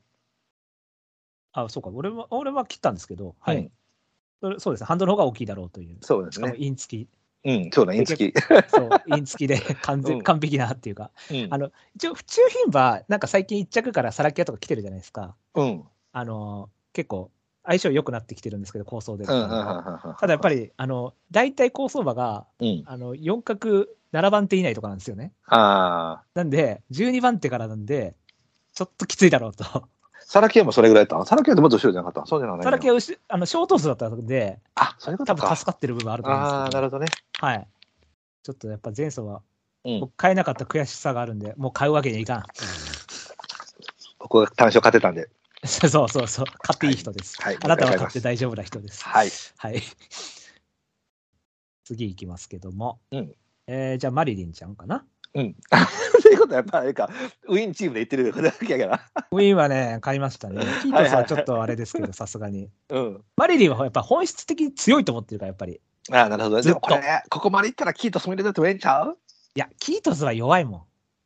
S2: あ、そうか、俺も、俺は切ったんですけど、はい。
S3: うん
S2: それそうですね、ハンドルの方が大きいだろうという。
S3: そうで
S2: し
S3: す
S2: かも
S3: ね。
S2: イン付き、
S3: うん、そうだね、インチキ。
S2: そう、イン 付きで完全、
S3: うん
S2: 完璧なっていうか、
S3: うん
S2: あの、一応、府中牝馬、なんか最近一着からサラキアとか来てるじゃないですか。
S3: うん。うん。
S2: あの、結構、相性良くなってきてるんですけど、構想で。
S3: うんうんうんうん
S2: ただやっぱり、あの、大体構想馬が、
S3: うん。
S2: あの、4角7番手以内とかなんですよね。
S3: ああ。
S2: なんで、12番手からなんで、ちょっときついだろうと。
S3: サラキアもそれぐらいだったのサラキアってもっと後ろじゃなかったのそうじゃないの
S2: ただけうしあのショート数だったので、
S3: あ、そういうこ
S2: 多
S3: と
S2: 分
S3: か。
S2: 助かってる部分あると思うんですけど。
S3: ああ、なるほどね。
S2: はい。ちょっとやっぱ前走は、
S3: うん。
S2: 僕買えなかった悔しさがあるんで、もう買うわけにはいかん。
S3: 僕が単勝勝てたんで。
S2: そうそうそう。買っていい人です。
S3: はい。
S2: あなたは
S3: わか
S2: 買
S3: り
S2: っ
S3: ま
S2: て
S3: す
S2: 大丈夫な人です。
S3: はい。
S2: はい。次いきますけども。
S3: うん
S2: えーじゃあ、マリリンちゃんかな。
S3: うん。 そういうことはやっぱあれか、ウィンチームで言ってるだけやから。
S2: ウィンはね、買いましたね。キートスはちょっとあれですけど、さすがに。
S3: うん。
S2: マリリンはやっぱ本質的に強いと思ってるから、やっぱり。
S3: ああ、なるほどね。
S2: ずっ
S3: で
S2: と
S3: もこれね、ここまで行ったらキートスも入れたってもええんちゃう
S2: いや、キートスは弱いもん。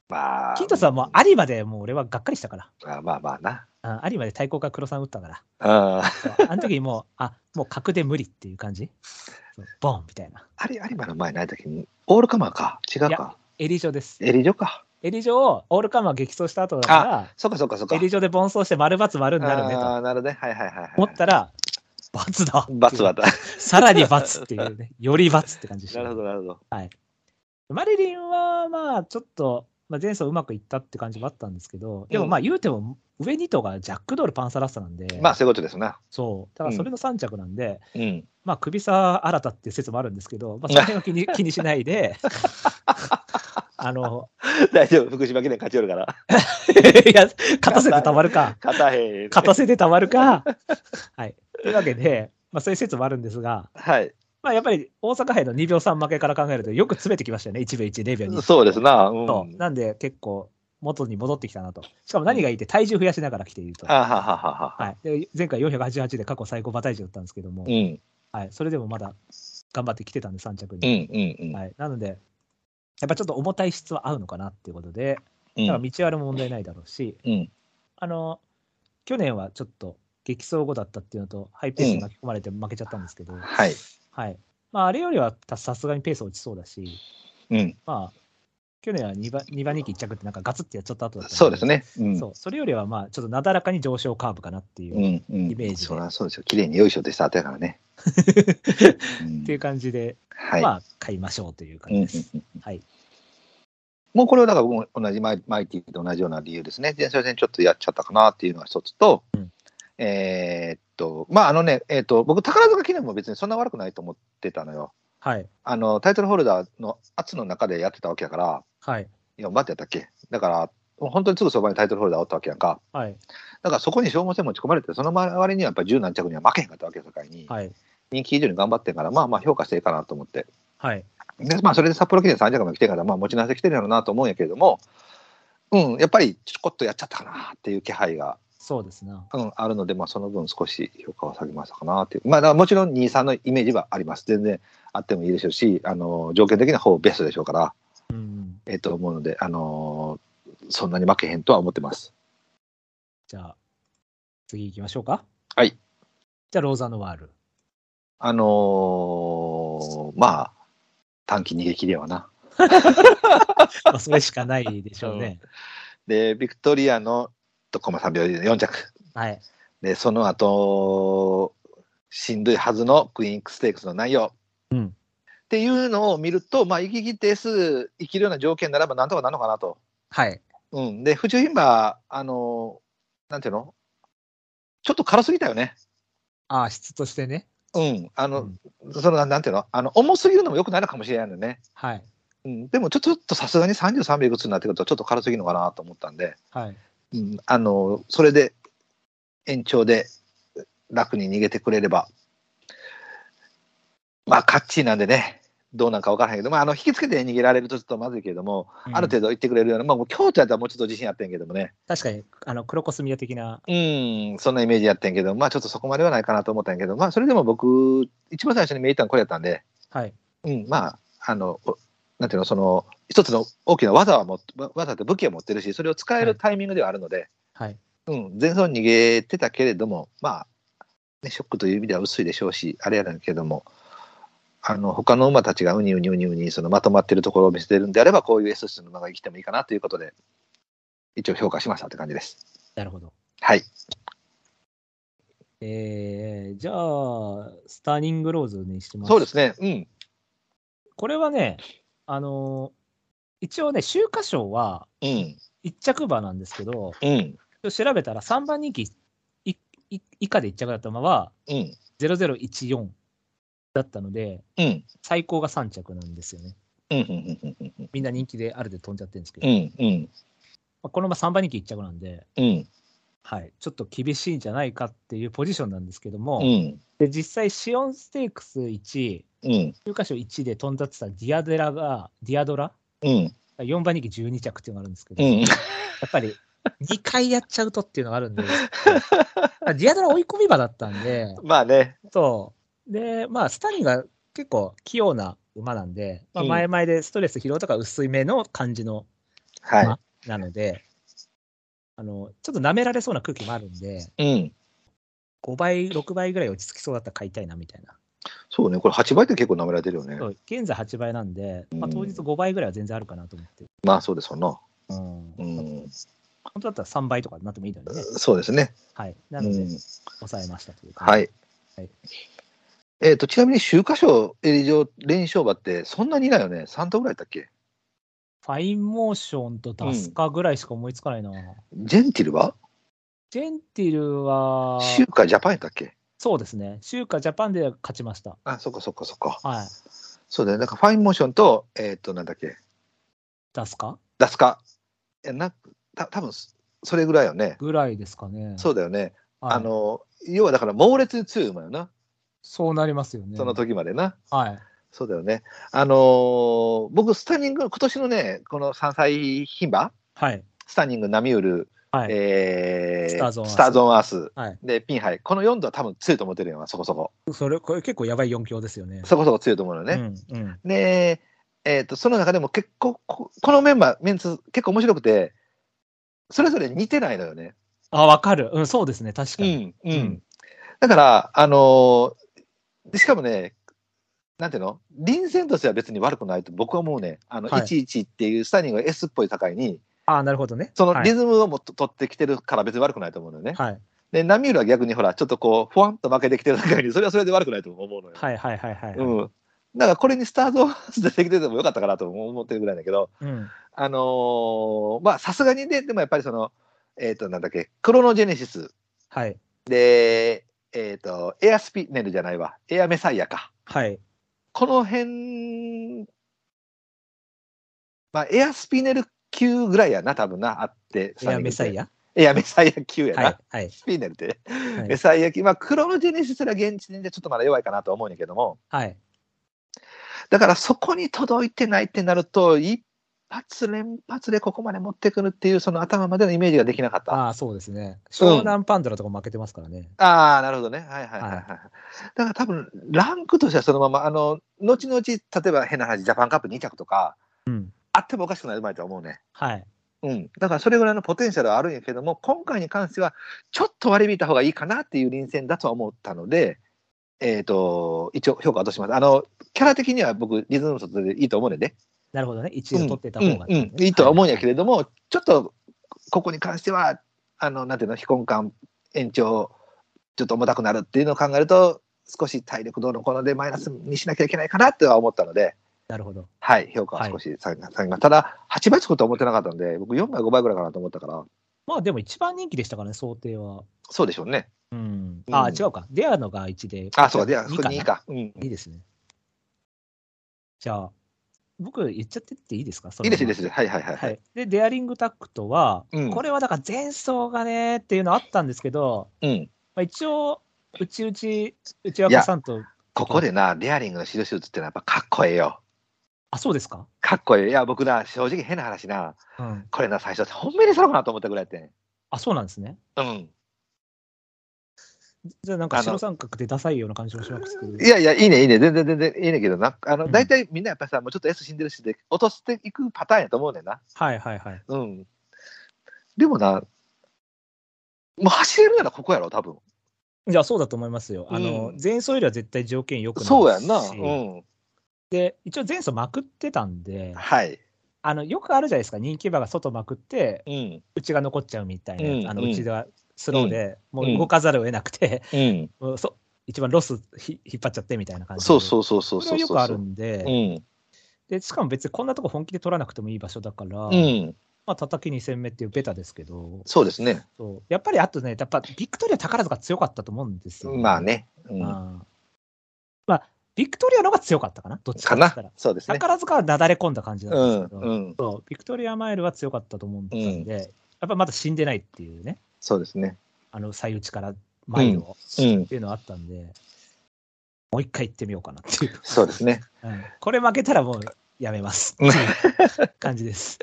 S3: まあ。
S2: キートスはもうアリまでもう俺はがっかりしたから。
S3: あまあまあな。
S2: あアリまで対抗から黒さん打ったから。
S3: うん。
S2: そうあの時にもう、あ、もう格で無理っていう感じ。そうボンみたいな。
S3: あれ、有馬の前ない時に、オールカマーか。違う
S2: いや
S3: か。
S2: エリジョです。
S3: エリジョか。
S2: エリジョをオールカマー激走した後だか、
S3: そっかそっかそっから
S2: エ。リジョで奔走して丸×丸になるね
S3: あ
S2: と
S3: あ、なるね。はいはいはいはい。
S2: 思ったら、×だ。
S3: 罰はだ。
S2: さらに×っていうね。より×って感じでし
S3: な
S2: た
S3: るほど、なるほど。
S2: マリリンは、まあ、ちょっと、まあ、前走うまくいったって感じもあったんですけど、でもまあ、言うても、上2頭がジャックドールパンサラッサなんで、
S3: まあ、そういうことですな。
S2: そう。だからそれの3着なんで、
S3: うん。
S2: まあ首差新たって説もあるんですけ ど、まあ、その辺は気に気にしないで、 あの、
S3: 大丈夫、福島記念勝ちよる から。
S2: いや、勝たせてたまるか、
S3: 勝たへん。
S2: 勝たせてたまるか、 はい。というわけで、まあそういう説もあるんですが、
S3: はい。
S2: まあやっぱり大阪杯の2秒3負けから考えるとよく詰めてきましたよね、1秒1、0秒2。
S3: そうですな。う
S2: と
S3: ん。
S2: なんで結構元に戻ってきたなと。しかも何がいいって体重増やしながら来ていると。は
S3: あはははは。
S2: い、で前回488で過去最高馬体重だったんですけども、
S3: うん。
S2: はい、それでもまだ頑張ってきてたんで3着に。
S3: うんうん
S2: はい、なので、やっぱちょっと重たい質は合うのかなっていうことで、
S3: うん。
S2: だから道あるも問題ないだろうし、
S3: うん。
S2: あの去年はちょっと激走後だったっていうのと、ハイペースに巻き込まれて負けちゃったんですけど、
S3: はい。
S2: はいまあ、あれよりはたさすがにペース落ちそうだし、
S3: うん。
S2: まあ、去年は2番 ,2 番人気1着って、なんかガツってやっちゃった後だったん
S3: そうです。ね。うん。
S2: そうそれよりはまあちょっとなだらかに上昇カーブかなっていう、
S3: う
S2: っ
S3: んうん。
S2: イメージで
S3: そうなそうですよ。綺麗によいしょってスタートやから ね。うん
S2: ていう感じで、
S3: はい。
S2: まあ買いましょうという感
S3: うんう
S2: じ
S3: ん
S2: です。
S3: うん
S2: はい、
S3: もうこれはだからもう同じマイマイティと同じような理由ですね。前哨戦ちょっとやっちゃったかなっていうのが一つと、えーっと、まああのね、えーっと、僕、宝塚記念も別にそんな悪くないと思ってたのよ。
S2: はい、
S3: あの、タイトルホルダーの圧の中でやってたわけだから、
S2: はい、
S3: 4番手やったっけだから、本当にすぐそばにタイトルホルダーおったわけやんか。
S2: はい、
S3: だからそこに消耗戦持ち込まれて、その周りにはやっぱり十何着には負けへんかったわけだからに、
S2: はい、
S3: 人気以上に頑張ってんから、まあまあ評価していいかなと思って。
S2: はい、
S3: で、まあ、それで札幌記念3着まで来てから、まあ、持ち直してきてるやろうなと思うんやけれども、うん、やっぱりちょこっとやっちゃったかなっていう気配が、
S2: そうですな。
S3: うん、あるので、まあ、その分少し評価を下げましたかなっていう、まあ、だからもちろん2、3のイメージはあります。全然あってもいいでしょうし、あの条件的にはほぼベストでしょうから、
S2: うんうん。
S3: えっと思うので、あのそんなに負けへんとは思ってます。
S2: じゃあ、次行きましょうか。
S3: はい
S2: じゃあ、ローザノワール。
S3: あのーまあ、短期逃げ切りやわな。
S2: まあ、それしかないでしょう ね。
S3: で、ビクトリアのとコマ3秒で4着。
S2: はい。
S3: で、その後、しんどいはずのクイーンステークスの内容。
S2: うん
S3: っていうのを見ると、まあ、生き切定数、生きるような条件ならばなんとかなるのかなと。
S2: はい。
S3: うん。で、不中牝馬、あのーなんていうのちょっと軽すぎたよね。
S2: ああ、質としてね。
S3: うん。あの、その、なんていうのあの、重すぎるのも良くないのかもしれないのね。
S2: はい。
S3: うん、でもちょちょっとさすがに33秒いくつになってくるとちょっと軽すぎるのかなと思ったんで、
S2: はい。
S3: うん、あのそれで延長で楽に逃げてくれればまあカッチーなんでねどうなんか分からへんけど、まあ、あの引きつけて逃げられるとちょっとまずいけれども、ある
S2: 度。
S3: 程度行ってくれるような、まあ、もう京都やったらもうちょっと自信あってんけどもね
S2: 確かに、あの、黒コスミア的な。
S3: うんそんなイメージやってんけどまあちょっとそこまではないかなと思ったんやけどまあそれでも僕一番最初に見えたのこれやったんで
S2: はい。
S3: うん、まあ、あの、おなんていうの、その、一つの大きな技は持っわ技って武器を持ってるし、それを使え
S2: はい
S3: るタイミングではあるので、
S2: はい。
S3: うん、前走逃げてたけれども、まあ、ね、ショックという意味では薄いでしょうし、あれやねんけども、あの、他の馬たちがうにうにうにうに、そのまとまってるところを見せてるんであれば、こういう S の馬が生きてもいいかなということで、一応評価しましたって感じです。
S2: なるほど。
S3: はい。
S2: えー、じゃあ、スターニングローズにしてます。
S3: そうですね。うん。
S2: これはね、あのー一応ね、秋華賞は
S3: うん。
S2: 1着馬なんですけど、
S3: うん。
S2: 調べたら3番人気いい以下で1着だった馬は
S3: うん。
S2: 0014だったので、
S3: うん。
S2: 最高が3着なんですよね。
S3: うん。うん。うん。うん。
S2: みんな人気であるで飛んじゃってるんですけど、
S3: う
S2: ま
S3: ん。うん。
S2: あこの馬3番人気1着なんで、
S3: うん。
S2: はい、ちょっと厳しいんじゃないかっていうポジションなんですけども、
S3: うん。
S2: で実際、シオンステークス1、
S3: うん。
S2: 9箇所1で飛んだってたディアデラが、ディアドラ
S3: うん。
S2: 4番人気12着っていうのがあるんですけど、
S3: う
S2: や
S3: ん。
S2: っぱり2回やっちゃうとっていうのがあるんで、あディアドラ追い込み馬だったんで、
S3: まあね。
S2: そう。で、まあ、スタニが結構器用な馬なんで、まあ、
S3: うん
S2: 前々でストレス疲労とか薄い目の感じの、
S3: はい。
S2: まあなので、あの、ちょっと舐められそうな空気もあるんで、
S3: うん。
S2: 5倍、6倍ぐらい落ち着きそうだったら買いたいなみたいな。
S3: そうね、これ8倍って結構舐められてるよね
S2: そ。う現在8倍なんで、まあ、当日5倍ぐらいは全然あるかなと思って。
S3: まあそうですよな。
S2: うん
S3: うん。
S2: 本当だったら3倍とかになってもいいのにね。
S3: そうですね。
S2: はい。な
S3: う
S2: ので、
S3: ん。
S2: 抑えましたというか、
S3: はい
S2: はい。
S3: えっと、ちなみに、秋華賞、エリジョ連勝馬って、そんなにいないよね。3頭ぐらいだっけ
S2: ファインモーションとダスカぐらいしか思いつかないな。
S3: ジェンティルは
S2: ジェンティルは、
S3: 秋華ジャパンやったっけ
S2: そうですね、週華ジャパンで勝ちました。
S3: あ、そっかそっかそっか。
S2: はい。
S3: そうだよね。なんか、ファインモーションと、えっと、なんだっけ、
S2: 出すか
S3: ダスカ。え、な、た多分それぐらいよね。
S2: ぐらいですかね。
S3: そうだよね。
S2: はい
S3: あの、要はだから、猛烈に強い馬よな。
S2: そうなりますよね。
S3: その時までな。
S2: はい。
S3: そうだよね。あのー僕、スタニング、今年のね、この3歳牝馬、
S2: はい。
S3: スタニング、ナミウル、
S2: はい。
S3: えー
S2: スターズオンアース
S3: スターズオンアース、
S2: はい
S3: で、ピンハイ、この4度は多分強いと思ってるよな、そこそこ。
S2: それ、これ結構やばい4強ですよね。
S3: そこそこ強いと思うの
S2: う
S3: ね。
S2: ん。うん。
S3: で、えーと、その中でも結構、ここのメンバー、メンツ、結構面白くて、それぞれ似てないのよね。
S2: あ、わかる。うん、そうですね。確かに。
S3: ん、うんん。だから、あのーしかもね、なんていうの臨戦としては別に悪くないと僕は思うね。あの、
S2: はい
S3: 11っていうスタニングが S っぽい境に、
S2: あなるほどね。
S3: その
S2: はい
S3: リズムをもっと取ってきてるから別に悪くないと思うのよね。
S2: はい。
S3: で、ナミュールは逆にほら、ちょっとこう、ふわんと負けてきてる中に、それはそれで悪くないと思うのよ。
S2: はいはいはいはい。
S3: うん。だからこれにスタート出てきててもよかったかなと思ってるぐらいだけど、
S2: うん。
S3: あのーまあ、さすがにね、でもやっぱりその、えっ、と、なんだっけ、クロノジェネシス。
S2: はい。
S3: で、えっ、と、エアスピネルじゃないわ。エアメサイアか。
S2: はい。
S3: この辺、まあ、エアスピネル級ぐらいやな、多分な、あって。
S2: エアメサイ
S3: ア。
S2: ヤ
S3: エアメサイア級やな。
S2: はい。はい。
S3: スピネルって。
S2: はい
S3: メサイア級。まあ、クロノジェネシスら現地でちょっとまだ弱いかなとは思うんやけども。
S2: はい。
S3: だからそこに届いてないってなると、一発連発でここまで持ってくるっていう、その頭までのイメージができなかった。
S2: ああ、そうですね。湘南パンダのとこ負けてますからね。
S3: ああ、なるほどね。はいはいはい、はい
S2: はい
S3: だから多分、ランクとしてはそのまま、あの、後々、例えば変な話、ジャパンカップ2着とか、
S2: うん。
S3: あってもおかしくないまいとは思うね。
S2: はい。
S3: うん。だからそれぐらいのポテンシャルはあるんやけども、今回に関しては、ちょっと割り引いた方がいいかなっていう臨戦だとは思ったので、えっ、と、一応評価はとします。あの、キャラ的には僕、リズム卒でいいと思うねんで。
S2: なるほどね。一応取ってた方が、
S3: うんうんうんいいとは思うんやけれども、ちょっとここに関してはあのなんていうの非婚感延長ちょっと重たくなるっていうのを考えると少し体力どうのこうのでマイナスにしなきゃいけないかなとは思ったので、
S2: なるほど。
S3: はい、評価は少し下げました、ただ8倍つくとは思ってなかったんで僕4倍5倍ぐらいかなと思ったから
S2: まあでも一番人気でしたからね、想定は。
S3: そうでしょうね
S2: うん。
S3: うん
S2: ああ、違うか。デアのが1で。
S3: あそうかでは
S2: 二
S3: そこにいい
S2: な
S3: か、うん、
S2: いいですね。じゃあ、僕言っちゃってっていいですかそ
S3: い
S2: のま
S3: いで
S2: ます
S3: いいですはいはいはい、は
S2: はいい。 で、デアリングタックトは、
S3: うん
S2: これはだから前走がねっていうのあったんですけど、
S3: うん、
S2: まあ、一応、うちうち、うちわかさんと、
S3: ここでなデアリングの印打つってのはやっぱかっこええよ
S2: あ、そうですか
S3: かっこええいや僕な正直変な話な
S2: うん。
S3: これな最初ほんまにそうかなと思ったぐらいやってん
S2: あ、そうなんですね。
S3: うん
S2: じゃあなん
S3: あ
S2: か
S3: の
S2: 白三角でダサいような感じもしますけど。
S3: いやいや、いいね、いいね、全然、全然いいねんけどな、あの、
S2: うん
S3: 大体みんなやっぱさ、もうちょっと S 死んでるしで、落としていくパターンやと思うねんな。
S2: はいはいはい。
S3: うん。でもな、もう走れるならここやろ、多分。
S2: いや、そうだと思いますよ。あの、
S3: うん
S2: 前走よりは絶対条件良くなるし。
S3: そうやんな。うん。
S2: で、一応前走まくってたんで、
S3: はい。
S2: あの、よくあるじゃないですか。人気馬が外まくって、
S3: うん。
S2: うちが残っちゃうみたいな。
S3: うん
S2: あの、
S3: うん
S2: うちではスローで、
S3: ん
S2: もう動かざるを得なくて、
S3: うん。
S2: もうそ一番ロスひ引っ張っちゃってみたいな感じで。
S3: そうそうそうそう
S2: こ
S3: そ
S2: れは
S3: う
S2: よ
S3: そ
S2: くあ
S3: う。
S2: るんで、
S3: うん。
S2: で、しかも別にこんなとこ本気で取らなくてもいい場所だから、
S3: うん。
S2: まあ、叩き2戦目っていうベタですけど、
S3: そうですね。
S2: そうやっぱりあとね、やっぱビクトリア宝塚強かったと思うんですよ。
S3: まあね。うん。
S2: うんまあ、ビクトリアの方が強かったかな、どっち
S3: か
S2: かって言った
S3: な
S2: ら。。
S3: そうですね。
S2: 宝塚はなだれ込んだ感じ
S3: う
S2: なん
S3: ん。
S2: ですけど、
S3: うん。
S2: そうビクトリアマイルは強かったと思ったんで、
S3: うん
S2: やっぱまだ死んでないっていうね、
S3: そうですね。
S2: あの最内からマイルを、
S3: うん
S2: っていうのあったんで、もう一回行ってみようかなっていう、
S3: そうですね。
S2: うんこれ負けたらもうやめますって
S3: うん
S2: いう感じ です。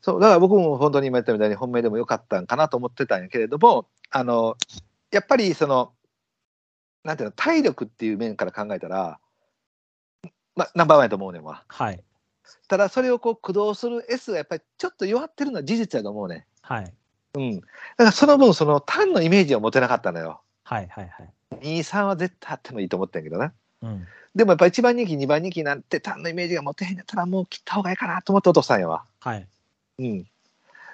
S3: そう、だから僕も本当に今言ったみたいに本命でもよかったんかなと思ってたんやけれども、あの、やっぱりその、なんていうの、体力っていう面から考えたら、ま、ナンバーワンやと思うねんわ。
S2: はい、
S3: ただ、それをこう駆動する S がやっぱりちょっと弱ってるのは事実やと思うねん。
S2: はい、
S3: うん。だからその分、その、単のイメージを持てなかったのよ。
S2: はい、はい、はい。
S3: 2、3は絶対あってもいいと思ってんやけどな。
S2: うん、
S3: でもやっぱ1番人気、2番人気なんて単のイメージが持てへんやったらもう切った方がいいかなと思って落としたんやわ。
S2: はい、
S3: うん、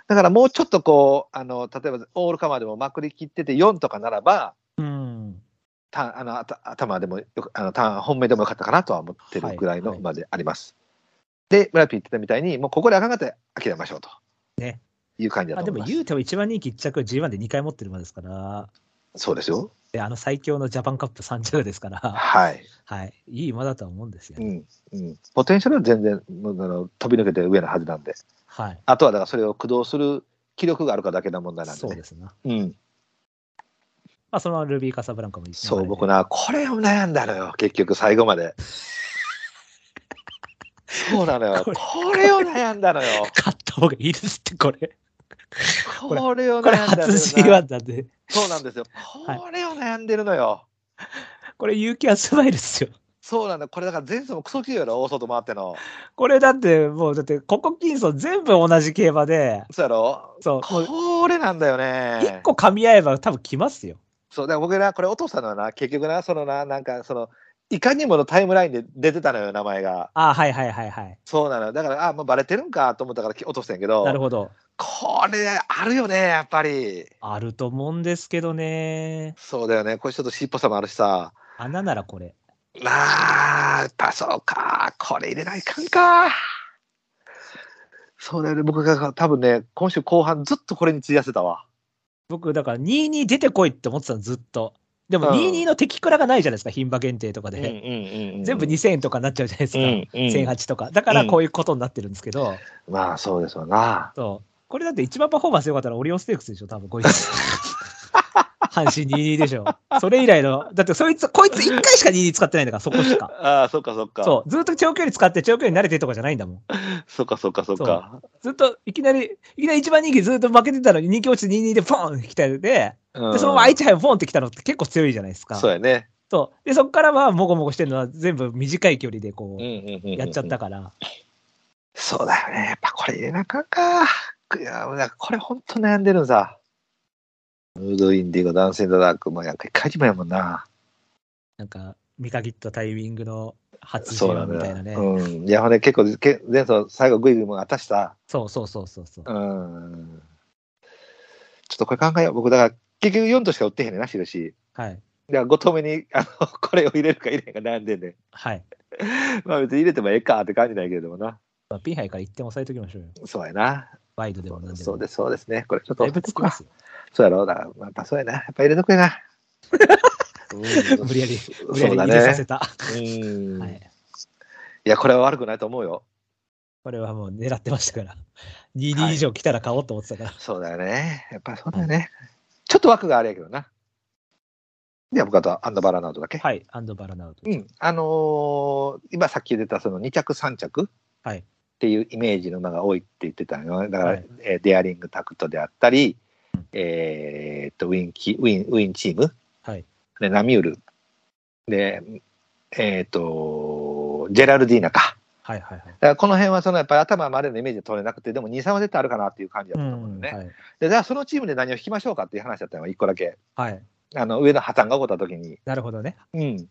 S3: だからもうちょっとこうあの例えばオールカマーでもまくりきってて4とかならば
S2: うん、
S3: たあのあた頭でもよくあのた本命でもよかったかなとは思ってるぐらい
S2: は
S3: の
S2: いはい
S3: まであります。で村ピー言ってたみたいにもうここであかんかったら諦めましょうと。
S2: ね
S3: いう感じだ
S2: あ
S3: と
S2: で
S3: 思い
S2: も
S3: ます。
S2: 言うても一番人気1着を G1 で2回持ってる馬ですから、
S3: そうですよ。
S2: であの最強のジャパンカップ30です から、
S3: はい。
S2: はい、いい馬だとは思うんですよ
S3: う
S2: ね。
S3: ん。うん。ポテンシャルは全然もうあの飛び抜けて上のはずなんで。
S2: はい、
S3: あとはだからそれを駆動する気力があるかだけの問題なんで、
S2: そう
S3: ね
S2: で。すな。
S3: うん。
S2: まあ、そのままルビー・カサブランカも一緒
S3: そう、
S2: に
S3: 僕な、これを悩んだのよ、結局、最後まで。そうなのよ、
S2: これ
S3: これを悩んだのよ、
S2: 勝った方がいいですって、これ。
S3: これを
S2: これ
S3: 悩んだの
S2: 初
S3: よ
S2: G1 なんで、
S3: そうなんですよ、
S2: はい
S3: これを悩んでるのよ、
S2: これ、勇気はスマイルですよ。
S3: そうなんだ、これだから前走もクソ強いろ、大外回っての、
S2: これだって、もう、だって、ココ・キンソン全部同じ競馬で、
S3: そうやろ、
S2: そう、もう、
S3: これなんだよ
S2: 一
S3: ね、
S2: 個噛み合えば多分来ますよ。
S3: そう、だから僕な、これ落としたのはな、結局な、そのな、なんか、その、いかにものタイムラインで出てたのよ、名前が。
S2: ああ、はいはいはいはい。
S3: そうなのよだから、あ、もうバレてるんかと思ったから落としたんやけど、
S2: なるほど。
S3: これ、あるよね、やっぱり。
S2: あると思うんですけどね。
S3: そうだよね、これちょっと尻尾さもあるしさ、
S2: 穴ならこれ。
S3: なあ、やっぱそうか、これ入れないかんか。そうだよね、僕が多分ね、今週後半ずっとこれに費やせたわ。
S2: 僕、だから、22出てこいって思ってたの、ずっと。でも、
S3: うん
S2: 22の敵蔵がないじゃないですか、牝馬限定とかで。全部
S3: に
S2: 2000円とかになっちゃうじゃないですか。
S3: うん
S2: 1008とか。だから、こういうことになってるんですけど。
S3: うん、まあそうですわな。
S2: そう。これだって一番パフォーマンス良かったのはオリオンステークスでしょ、多分、こいつ。阪神22でしょ。それ以来の、だってそいつ、こいつ1回しか22使ってないんだから、そこしか。
S3: ああ、そっかそっか。
S2: そう。ずっと長距離使って長距離慣れてとかじゃないんだもん。
S3: そっかそっかそっか。
S2: ずっと、いきなり、いきなり1番人気ずっと負けてたのに、人気落ちて22でポンって来たので、
S3: うん
S2: で、そのまま愛知杯ポンって来たのって結構強いじゃないですか。
S3: そうやね。
S2: そう。で、そこからは、もごもごしてるのは全部短い距離でこう、
S3: うんうんうんうん
S2: やっちゃった。から。
S3: そうだよね。やっぱこれ入れなあかんか。いや、なんかこれ本当悩んでるんさ。ムードインディゴ、ダンスインザダーク、もうなんか一回じもやもんな。
S2: なんか、見限ったタイミングの発
S3: そうな
S2: 情
S3: んだよ
S2: みたいなね。
S3: うん。いや、ほんで結構、け前走最後グイグイも渡した。
S2: そうそうそうそうそう
S3: う。ん。ちょっとこれ考えよう。僕、だから結局4としか売ってへんねんな、印。
S2: はい。
S3: だから5投目に、あの、 これを入れるか入れへんか悩んでんねん。
S2: はい。
S3: まあ別に入れてもええかって感じないけれどもな。
S2: まあ、ピンハイから1点抑えときましょうよ。
S3: そうやな。
S2: ワイドでもなんでも。
S3: そうです、そうですね。これちょっと
S2: だいぶつきますよ。
S3: そうやろだから、やっぱそうやな。やっぱ入れとくやな。うん
S2: 無理やり、無理や
S3: そ
S2: り
S3: うだ
S2: 入れさせ
S3: ね。
S2: た。
S3: うん
S2: はいい。
S3: や、これは悪くないと思うよ。
S2: これはもう狙ってましたから。22以上来たら買おうと思ってたから。
S3: そうだよね。やっぱりそうだよね。ちょっと枠があれやけどな。で、僕あとはアンダーバラナウトだけ。
S2: はい。アンドバラナウト。
S3: うん。あのー今さっき出たその2着3着
S2: はい
S3: っていうイメージの馬が多いって言ってたよね。だから、
S2: はい
S3: えーデアリングタクトであったり、えーっと、ウィンキ、ウィン、ウィンチーム。
S2: はい。
S3: で、ナミュール。で、えーっと、ジェラルディーナか。
S2: はいはいはい
S3: だ。からこの辺はそのやっぱり頭までのイメージは取れなくて、でも2、3は絶対あるかなっていう感じだったと思うよね。
S2: はい。
S3: でじゃあ、そのチームで何を引きましょうかっていう話だったのが、1個だけ。
S2: はい。
S3: あの上の破綻が起こった時に、
S2: なるほどね。
S3: うん、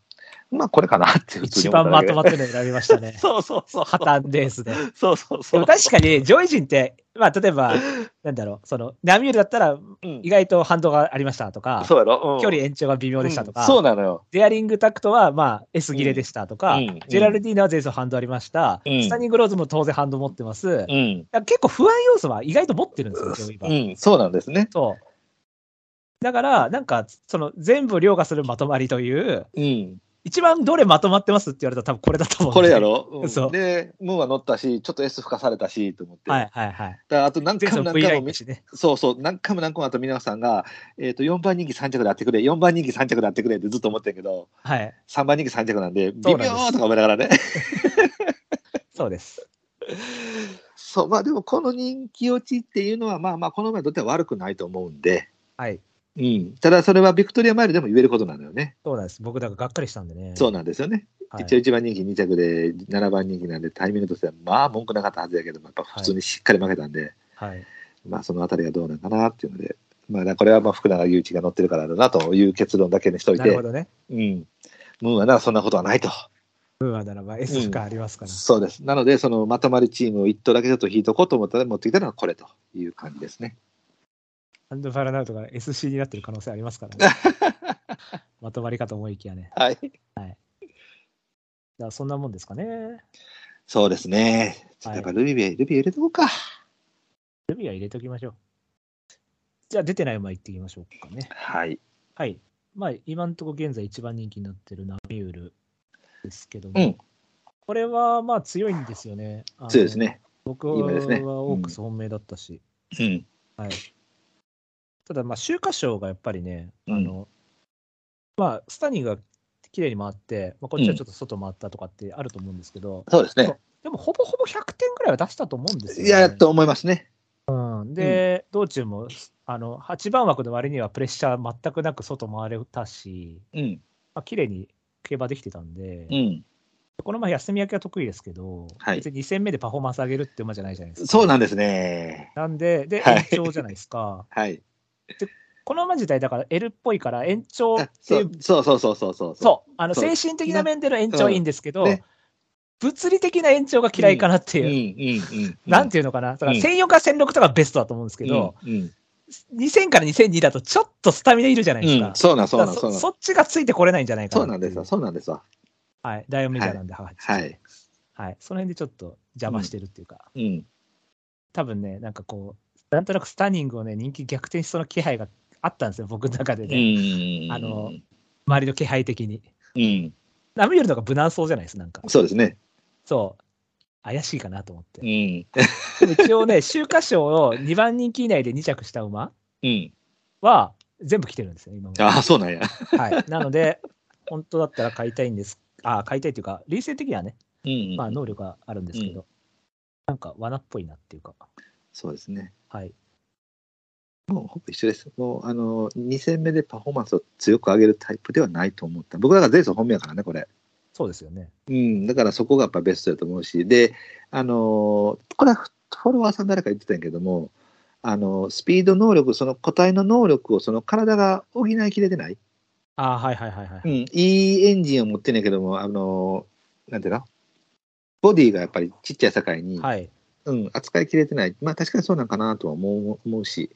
S3: まあ、これかなって普通
S2: 一
S3: に思っ
S2: 番
S3: ただ
S2: ま
S3: け。
S2: とまってるの選びましたね
S3: そうそうそう。
S2: 破綻レースで。
S3: そうそう
S2: で
S3: そう。
S2: も確かに、上位陣って、まあ、例えば、なんだろう、その、ナミュールだったら、
S3: うん
S2: 意外と反動がありましたとか、
S3: そうやろ、うん
S2: 距離延長が微妙でしたとか、
S3: うんそうなのよ。
S2: デアリングタクトは、まあ、S 切れでしたとか、
S3: うんうん
S2: ジェラルディーナは前走反動ありました、
S3: うん
S2: スタニングローズも当然反動持ってます、だか
S3: うん、
S2: ら結構不安要素は意外と持ってるんですよ、上位は
S3: うん、そうなんですね。
S2: そう。だから、なんか、その、全部凌駕するまとまりという、
S3: うん、
S2: 一番どれまとまってますって言われたら多分これだと思うん
S3: こ
S2: で
S3: れやろ、うん
S2: そう
S3: で、ムーンは乗ったし、ちょっと S 付加されたしと思って、
S2: はいはいはい。
S3: だからあと何
S2: 前
S3: 回
S2: 走
S3: も
S2: V
S3: 何
S2: ラ
S3: 回
S2: イン
S3: も
S2: だ、しね。
S3: そうそう、何回も何回もあと皆さんが、えっと4番人気3着であってくれ、4番人気3着であってくれってずっと思ってんけど、
S2: はい。
S3: 3番人気3着なんで、
S2: そ
S3: 微
S2: うなんです
S3: 妙とか思いながらね。
S2: そうです。
S3: そう、まあでもこの人気落ちっていうのは、まあまあ、この馬にとっては悪くないと思うんで、
S2: はい。
S3: うん、ただそれはビクトリアマイルでも言えることなんだよね。
S2: そうなんです。僕だからがっかりしたんでね。
S3: そうなんですよね。
S2: はい
S3: 一応1番人気、2着で7番人気なんで、タイミングとしては、まあ文句なかったはずやけども、やっぱ普通にしっかり負けたんで、
S2: はい。
S3: まあそのあたりがどうなのかなっていうので、まあだからこれはまあ福永祐一が乗ってるからだなという結論だけにしとい
S2: なる
S3: て
S2: ほ、どね。
S3: うん、ムーンはな、そんなことはないと。
S2: ムーアならば S がありますから。
S3: そうです。なので、そのまとまりチームを1頭だけちょっと引いとこうと思ったら、持ってきたのはこれという感じですね。
S2: ハンドファラナウトが SC になってる可能性ありますから ね。まとまりかと思いきやね。
S3: はい。
S2: だからそんなもんですかね。
S3: そうですね。ちょっとやっぱルビー、ルビー入れとこうか。
S2: ルビーは入れときましょう。じゃあ出てない馬行っていきましょうかね。
S3: はい。
S2: はい。まあ今のところ現在一番人気になってるナミュールですけども、
S3: うん
S2: これはまあ強いんですよね。あの
S3: そうです。ね。
S2: 僕
S3: いい馬ですね
S2: はオークス本命だったし、
S3: うん。
S2: ただまあ秋華賞がやっぱりね、
S3: うん
S2: あのまあスタニーが綺麗に回って、まあ、こっちはちょっと外回ったとかってあると思うんですけど、
S3: そうですね。
S2: でもほぼほぼ100点ぐらいは出したと思うんですよ、
S3: い
S2: ね。
S3: や、と思いますね。
S2: うんで、道中もあの8番枠の割にはプレッシャー全くなく外回れたし、
S3: うん。
S2: まあ綺麗に競馬できてたんで、
S3: うん。
S2: この前休み明けは得意ですけど、
S3: はい
S2: 別に2戦目でパフォーマンス上げるって馬じゃないじゃないですか。
S3: そうなんですね。
S2: なんで、で、
S3: はい
S2: 延長じゃないですか。
S3: はい。
S2: この馬自体だから L っぽいから延長っ
S3: あ
S2: て
S3: そ
S2: いうう
S3: そうそうそうそうそう。
S2: そう、あの
S3: そう
S2: 精神的な面での延長はいいんですけど、
S3: うんね
S2: 物理的な延長が嫌いかなって
S3: う
S2: い
S3: ん
S2: う、
S3: うんうん。
S2: なん
S3: い
S2: ていうのかな、だから1004か1006とかベストだと思うんですけど、、
S3: うん。
S2: 2000から2002だとちょっとスタミナいるじゃないですか。
S3: うんそうなん、そうなん、
S2: だ
S3: そ
S2: から
S3: うなん。
S2: そっちがついてこれないんじゃないか
S3: そ
S2: な
S3: うなんですわ、
S2: よ。
S3: そうなんですわ。
S2: はい、ダイヤメジャーなんで、はい。
S3: はい。
S2: はいその辺でちょっと邪魔してるっていうか、
S3: うん。
S2: 多分ね、なんかこう、なんとなくスタニングをね、人気逆転しそうな気配があったんですよ、僕の中でね、
S3: うん。
S2: あの、周りの気配的に。
S3: うん。
S2: ナミュールの方が無難そうじゃないです、なんか。
S3: そうですね。
S2: そう。怪しいかなと思って
S3: う。ん。
S2: でも一応ね、秋華賞を2番人気以内で2着した馬
S3: うん。
S2: は、全部来てるんですよ、今まで。
S3: ああ、そうなんや。
S2: はい。なので、本当だったら買いたいんです。ああ、買いたいというか、理性的にはね、
S3: うん
S2: まあ、能力があるんですけど、
S3: う
S2: なんか罠っぽいなっていうか、
S3: そうですね。
S2: はい。
S3: もうほぼ一緒です。もう、あの、2戦目でパフォーマンスを強く上げるタイプではないと思った。僕だから前走本命やからね、これ。
S2: そうですよね。
S3: うん、だからそこがやっぱベストだと思うし、で、あのーこれはフフォロワーさん誰か言ってたんやけども、あのースピード能力、その個体の能力をその体が補いきれてない、
S2: ああ、はいはいはいはい。
S3: うん、いいエンジンを持ってんやけども、あのーなんていうのボディがやっぱりちっちゃい境に、
S2: はい。
S3: うん、扱いきれてない、まあ確かにそうなんかなとは思う思うし、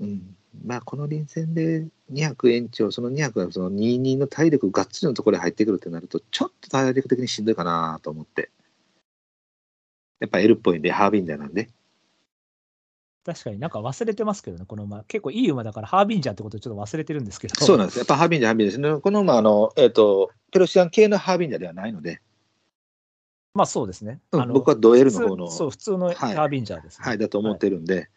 S3: うん、まあこの臨戦で200延長、その200がその22の体力がっつりのところに入ってくるってなると、ちょっと体力的にしんどいかなと思って。やっぱ L っぽいんで、ハービンダーなんで。
S2: 確かになんか忘れてますけどね、この馬。結構いい馬だから、ハービンジャーってことをちょっと忘れてるんですけど。
S3: そうなんです。やっぱハービンダー、ハービンダーですね。このまああの、えっ、と、ペロシアン系のハービンダーではないので、
S2: まあそうですね。
S3: うん
S2: あの
S3: 僕はド L の方の
S2: 普通そう、普通のハービンジャーですね、
S3: はい、だと思ってるんで、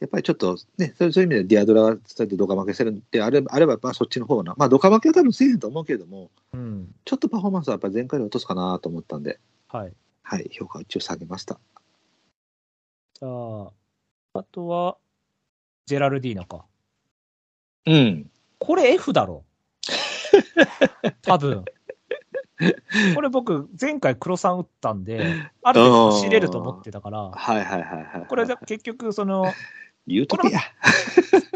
S3: やっぱりちょっとね、そうそういう意味でディアドラが伝えてドカ負けしてるんであれば、あればまあそっちの方な、まあドカ負けは多分せえへんと思うけれども、
S2: うん。
S3: ちょっとパフォーマンスはやっぱり前回で落とすかなと思ったんで、
S2: はい。
S3: はい、評価を一応下げました。
S2: じゃあ、あとは、ジェラルディーナか。
S3: うん。
S2: これ F だ ろ。多分。これ僕、前回黒さん打ったんで、ある程度走れると思ってたから、
S3: はいはいはいはい。
S2: これで結局、そ の、
S3: 言うときや。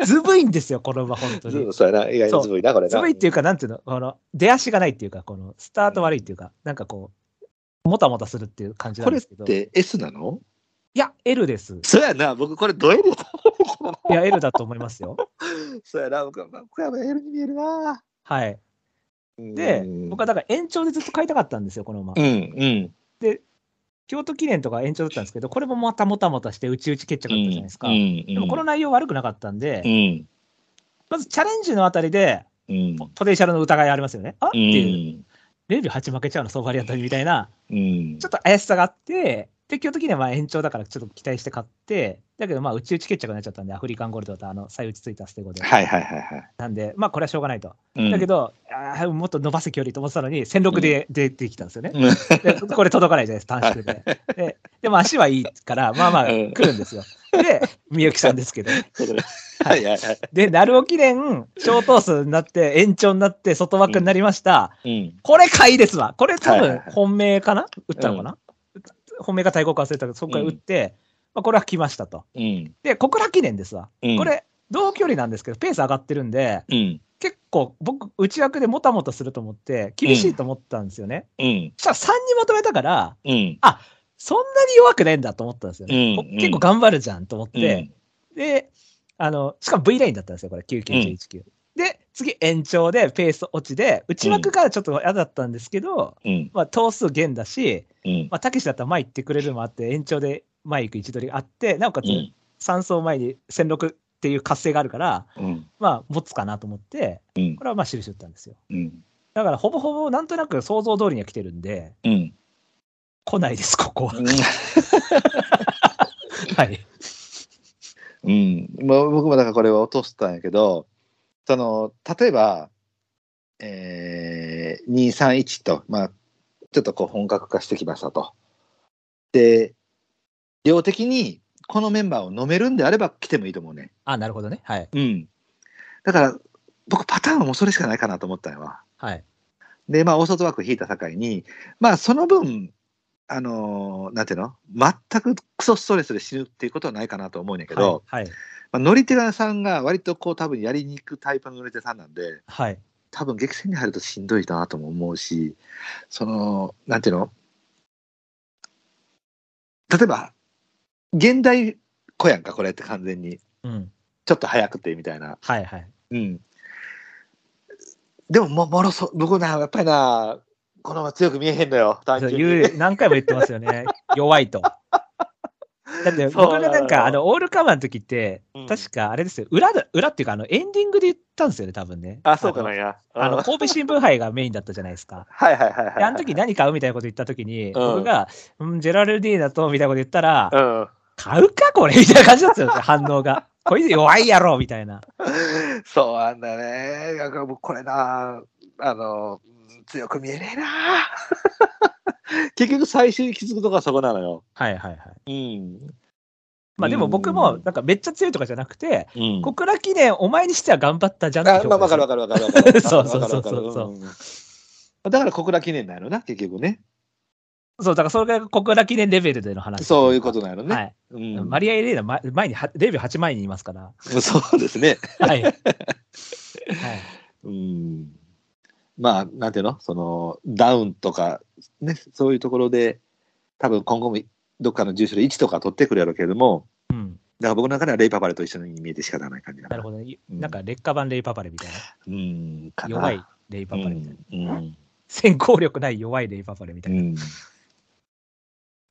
S2: ずぶいんですよ、この馬、本当
S3: ず
S2: に
S3: ぶ。そうやな、意外にずぶいな、これな。
S2: ずぶいっていうか、なんていうの、この、出足がないっていうか、この、スタート悪いっていうか、なんかこう、もたもたするっていう感じな
S3: こ
S2: ん
S3: れ
S2: です
S3: っ
S2: けど。
S3: て S なの
S2: いや、L です。
S3: そうやな、僕これド L だと思うけどない
S2: や、L だと思いますよ。
S3: そうやな、僕は、僕は L に見えるな。
S2: はい。で、僕は
S3: だ
S2: だから延長でずっと買いたかったんですよ、この馬
S3: う。ん、うん。
S2: 京都記念とか延長だったんですけど、これもまたもたもたして、うちうち決着だったじゃないですか。
S3: うん、
S2: でもこの内容悪くなかったんで、
S3: うん、
S2: まずチャレンジのあたりで、
S3: うん。
S2: ポテンシャルの疑いありますよね。あって
S3: う
S2: いう、
S3: ん。
S2: 0秒8負けちゃうの、相場リアたりみたいな、
S3: うん
S2: ちょっと怪しさがあって、で、基本的にはまあ延長だからちょっと期待して買って、だけどまあ、うちうち決着になっちゃったんで、アフリカンゴールドとあの、再打ちついたステゴで。
S3: はいはいはいはい。
S2: なんで、まあ、これはしょうがないと。
S3: うん
S2: だけ、ど、あーもっと伸ばす距離と思ってたのに、1006で出てきたんですよね。
S3: うん
S2: でこれ届かないじゃないですか、短縮で。で、でも足はいいから、まあまあ
S3: うん
S2: 来るんですよ。で、みゆきさんですけど。
S3: はいはいは
S2: で、鳴尾記念、小投数になって、延長になって、外枠になりました。
S3: い。うん。
S2: これ買いですわ。これ多
S3: はいはい
S2: 分
S3: はい
S2: 本命かな、打ったのかな、本命か対抗か忘れたけど、そこから打って、まあ、これは来ましたと。
S3: うん。
S2: で、小倉記念ですわ。
S3: うん
S2: こ、れ、同距離なんですけど、ペース上がってるんで、
S3: うん。
S2: 結構僕、内枠でもたもたすると思って、厳しいと思ったんですよね。
S3: うん。
S2: そしたら3にまとめたから、
S3: うん。
S2: そんなに弱くないんだと思ったんですよね。
S3: うん
S2: こ
S3: うん
S2: 結構頑張るじゃんと思っ
S3: うん
S2: て、、で、あの、しかも V ラインだったんですよ、これ、99119。で、次延長でペース落ちで、内枠がちょっと嫌だったんですけど、
S3: うん。
S2: まあ、頭数減だし、
S3: うん。
S2: まあ、たけしだったら前行ってくれるのもあって、延長で前行く位置取りがあって、なおかつ3走前に1006っていう活性があるから、
S3: うん。
S2: まあ、持つかなと思って
S3: うん、
S2: これはまあ、印打ったんですよ。
S3: うん。
S2: だから、ほぼほぼ、なんとなく想像通りには来てるんで、
S3: うん。
S2: 来ないです、ここは。はい。
S3: うん。もう僕もだからこれは落としたんやけど、その、例えば、えー、231と、まあ、ちょっとこう本格化してきましたと。で、量的にこのメンバーを飲めるんであれば来てもいいと思うね。
S2: あ、なるほどね。はい。
S3: うん。だから、僕、パターンはもうそれしかないかなと思ったんやわ。
S2: はい。
S3: で、まあ、大外枠引いた境に、まあ、その分、あのーなんていうの全くクソストレスで死ぬっていうことはないかなと思うんやけど、
S2: はい。はい。
S3: まあ、乗り手さんが割とこう、多分やりに行くタイプの乗り手さんなんで、
S2: はい。
S3: 多分激戦に入るとしんどいなとも思うし、その、なんていうの例えば、現代子やんか、これって完全に。
S2: うん。
S3: ちょっと早くてみたいな。
S2: はい。はい。
S3: うん。でも、も、もろそ、僕な、やっぱりな、このまま強く見えへんのよ、単純に。
S2: 言う、何回も言ってますよ ね。弱いと。だって僕がなんか、
S3: そうなの
S2: あの、オールカバーの時って
S3: うん、
S2: 確かあれですよ、裏だ、裏っていうか、あの、エンディングで言ったんですよね、多分ね。
S3: あ、そうかなん
S2: あ
S3: や。
S2: の、あの
S3: あの
S2: 神戸新聞杯がメインだったじゃないですか。
S3: はいはいはいはい。
S2: で、あの時何買うみたいなこと言った時に、
S3: うん
S2: 僕が、うん、ジェラルディーナと、みたいなこと言ったら、
S3: うん。
S2: 買うかこれみたいな感じだったよね、反応が。こいつ弱いやろみたいな。
S3: そうなんだね。いや僕これな、あの、強く見えねえな。 結局最終気づくとかそこなのよ。
S2: はいはいはい。
S3: うん。
S2: まあでも僕
S3: う
S2: も
S3: ん、
S2: なんかめっちゃ強いとかじゃなくて、
S3: うん。
S2: 小倉記念お前にしては頑張ったじゃんって
S3: あ
S2: 評
S3: まあ、
S2: 価
S3: わかるわかる わかるわかる。
S2: そうそうそうそう
S3: わかるわかるうんだから小倉記念なのな、結局ね。
S2: そう、だからそれが小倉記念レベルでの話。
S3: そういうことなのね。
S2: はい。
S3: うん、
S2: マリア・エレーナま前には、0秒8前にいますから。
S3: そうですね。
S2: はい。はい。
S3: うん。まあ、なんていうのその、ダウンとか、ね、そういうところで、多分今後もどっかの住所で1とか取ってくるやろうけれども、
S2: うん。
S3: だから僕の中ではレイパパレと一緒に見えて仕方ない感じだ
S2: なるほどね。なんか劣化版レイパパレみたいな。
S3: うん、かな
S2: 弱いレイパパレみたいな。
S3: うん。うん
S2: 先行力ない弱いレイパパレみた
S3: う
S2: い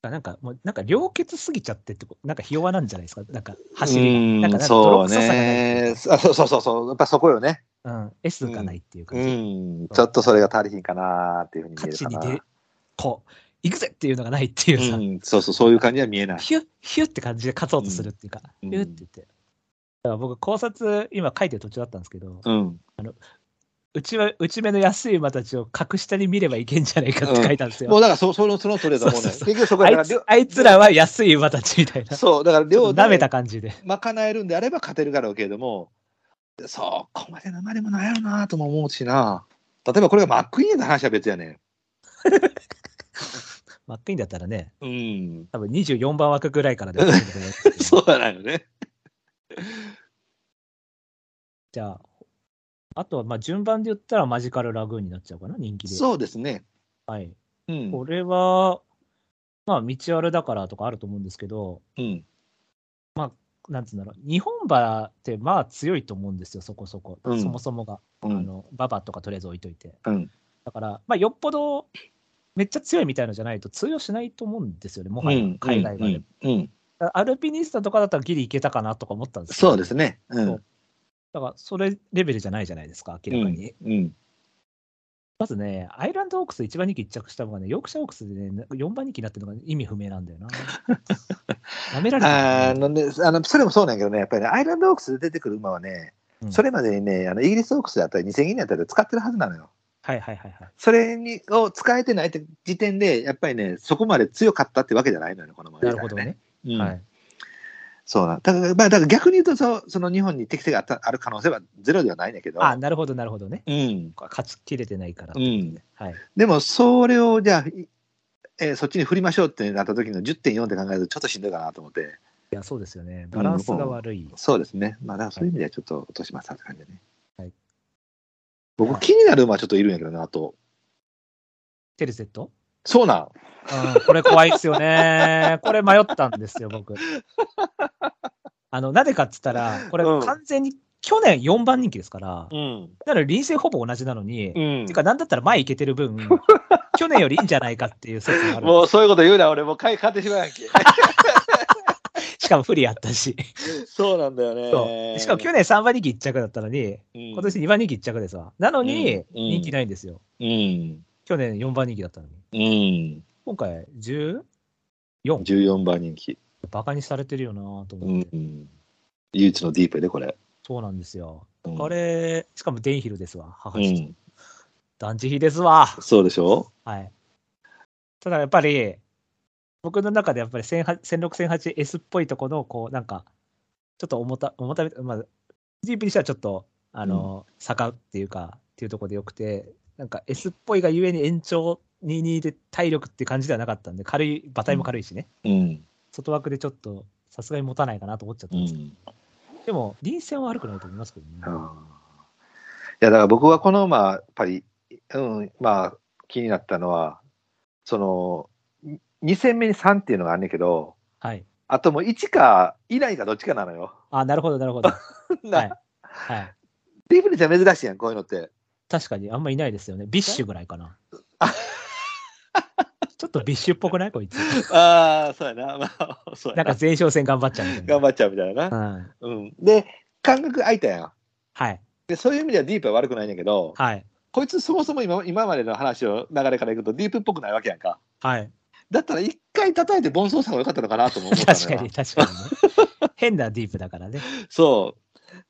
S2: な。
S3: ん
S2: なんかもう、なんか良血すぎちゃってってこと、なんかひ弱なんじゃないですか。なんか 走
S3: う
S2: り
S3: ん
S2: が。なんか、
S3: そ
S2: な
S3: う
S2: んか泥臭さがないってい
S3: ね
S2: う。
S3: あそうそうそうそう、やっぱそこよね。
S2: かうん。S がないっていう
S3: う
S2: 感じ。
S3: ん、ちょっとそれが足りひんかなっていうふうに見え
S2: 勝
S3: る
S2: ち
S3: か
S2: に
S3: な。
S2: 出、こう、行くぜっていうのがないっていうさ、
S3: うん、そうそう、そういう感じは見えない。
S2: ヒュッヒュッって感じで勝とうとするっていうか、ヒ
S3: うん
S2: ュッって言って。だから僕、考察、今書いてる途中だったんですけど、
S3: うん。
S2: うちは、内目の安い馬たちを格下に見ればいけんじゃないかって書いたんです
S3: もう
S2: よ。
S3: だからそ、その、そのそれだもんね。
S2: そうそうそう
S3: 結局そこ
S2: あ
S3: やか
S2: い
S3: ら
S2: つ
S3: 量、
S2: あいつらは安い馬たちみたいな。
S3: そう、だから
S2: ちょ
S3: 量
S2: っと舐め
S3: で
S2: た感じで。
S3: 賄えるんであれば勝てるだろうけれども、そこまでのまでもないやろなとも思うしな。例えばこれがマックイーンの話は別やね
S2: マックインだったらね、
S3: うん。
S2: 多分24番枠ぐらいからでも
S3: そうだないよね。
S2: じゃあ、あとは、まあ、順番で言ったらマジカルラグーンになっちゃうかな、人気で。
S3: そうですね。
S2: はい。
S3: うん。
S2: これは、まあ、道あるだからとかあると思うんですけど、
S3: うん。
S2: なんつうんだろう、日本馬ってまあ強いと思うんですよ、そこそこ。
S3: うん
S2: そもそもが。あ
S3: うん。
S2: の、ババとかとりあえず置いといて。
S3: うん
S2: だから、まあ、よっぽど、めっちゃ強いみたいのじゃないと通用しないと思うんですよね、もはや、海外
S3: う
S2: はね。
S3: ん。うん。
S2: だからアルピニスタとかだったらギリいけたかなとか思ったんですけど
S3: そうですね。うん。
S2: そうだから、それレベルじゃないじゃないですか、明らかに。
S3: うん。
S2: まずね、アイランドオークス1番人気1着したのがね、ヨークシャーオークスでね、4番人気になってるのが意味不明なんだ よな。なめられてる
S3: あ
S2: よね
S3: のね、あのそれもそうなんやけどね、やっぱりね、アイランドオークスで出てくる馬はね、
S2: うん
S3: それまでにね、あのイギリスオークスだったり、2000円だったり使ってるはずなのよ。
S2: はいはいはいはい。
S3: それにを使えてないって時点で、やっぱりね、そこまで強かったってわけじゃないのよね、この馬
S2: な
S3: 自
S2: る
S3: 体
S2: ほ
S3: は
S2: どね。。
S3: うん
S2: はい。
S3: そうなんだから、まあ、だから逆に言うとそう、その日本に適性があったある可能性はゼロではないんだけど、
S2: あ、なるほどなるほどね。
S3: うん、
S2: 勝ちきれてないから
S3: う。ん。
S2: はい。
S3: でも、それをじゃあ、いえーそっちに振りましょうってなった時の10.4って考えると、ちょっとしんどいかなと思って、
S2: いや、そうですよね。バランスが悪い。
S3: そうですね、まあ、だからそういう意味ではちょっと落としましたって感じだね。
S2: はい
S3: 僕、気になる馬ちょっといるんやけどな、あと。
S2: テルセット
S3: そうなん。
S2: うん、これ怖いですよ ね。これ迷ったんですよ、僕。あの、なぜかって言ったら、これ
S3: うん
S2: 完全に去年4番人気ですから、
S3: うん。
S2: だから臨戦ほぼ同じなのに、
S3: うん
S2: てか、なんだったら前行けてる 分、去年よりいいんじゃないかっていう説もあるん
S3: も
S2: で
S3: うそういうこと言うな、俺、もう買い買ってしまうやんけ。
S2: す。しかも不利やったし。
S3: そうなんだよ
S2: そう
S3: ね。
S2: しかも去年3番人気1着だったのに、
S3: 年、
S2: 今年2番人気1着ですわ。なの
S3: う
S2: に
S3: ん、
S2: 人気ないんですよ。
S3: うん。
S2: 去年4番人気だったのに。
S3: うん。
S2: 今回、14?
S3: 14番人気。
S2: バカにされてるよなと
S3: う
S2: 思って。
S3: ん。唯一のディープやで、これ。
S2: そうなんですよ。
S3: うん
S2: これ、しかもデンヒルですわ。母
S3: う
S2: 父。
S3: ん。
S2: 団地比ですわ。
S3: そうでしょ
S2: はい。ただやっぱり、僕の中でやっぱり1006-1008S っぽいとこの、こう、なんか、ちょっと重た、重ため、まあ、GP にしてはちょっと、あの、坂っていうか、っていうところでよくて、なんか S っぽいがゆえに延長22で体力って感じではなかったんで、軽い、馬体も軽いしね、
S3: うん。
S2: 外枠でちょっと、さすがに持たないかなと思っちゃった
S3: うん
S2: ですけど、
S3: ん。
S2: でも、臨戦は悪くないと思いますけどね。
S3: あーいや、だから僕はこの、まあ、やっぱり、うん、まあ、気になったのは、その、2戦目に3っていうのがあんねんけど、
S2: はい。
S3: あともう1か、以内かどっちかなのよ。
S2: あ、なるほど、なるほ ど。はい。はい。
S3: ディープにしては珍しいやん、こういうのって。
S2: 確かにあんまいないですよね。ビッシュぐらいか な。ちょっとビッシュっぽくないこいつ。
S3: ああ、そうやな。まあ、そうや
S2: なんか前哨戦頑張っちゃうみたいな。
S3: 頑張っちゃうみたいな。
S2: うん
S3: うん。で、感覚空いたやん。
S2: はい。
S3: で、そういう意味ではディープは悪くないんだけど、
S2: はい。
S3: こいつそもそも今今までの話の流れからいくとディープっぽくないわけやんか。
S2: はい。
S3: だったら一回叩いてボンソーさんが良かったのかなとも思った の
S2: 確
S3: よ
S2: かに、確かに、ね。変なディープだからね。
S3: そ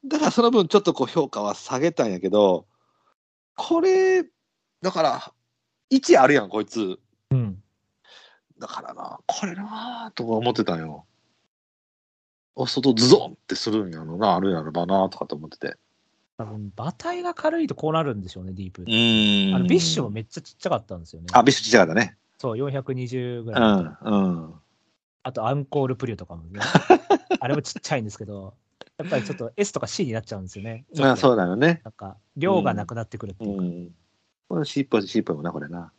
S3: う。だからその分ちょっとこう評価は下げたんやけど、これ、だから、1あるやん、こいつ。
S2: うん。
S3: だからな、これなぁとか思ってたんよ。お外ズドンってするんやろな、あるんやろばなとかと思ってて。
S2: 多分、馬体が軽いとこうなるんでしょうね、ディープって。
S3: ん
S2: あのビッシュもめっちゃちっちゃかったんですよね。
S3: あ、ビッシュちっちゃかったね。
S2: そう、420ぐ
S3: う
S2: らいだった。
S3: ん、うん。
S2: あと、アンコールプリューとかも ね。あれもちっちゃいんですけど、やっぱりちょっと S とか C になっちゃうんですよね。
S3: まあ、
S2: ちょっと
S3: そうだよね。
S2: なんか、量がなくなってくるっていう
S3: う
S2: か。
S3: ん。これ、シーポシーポもな、これな。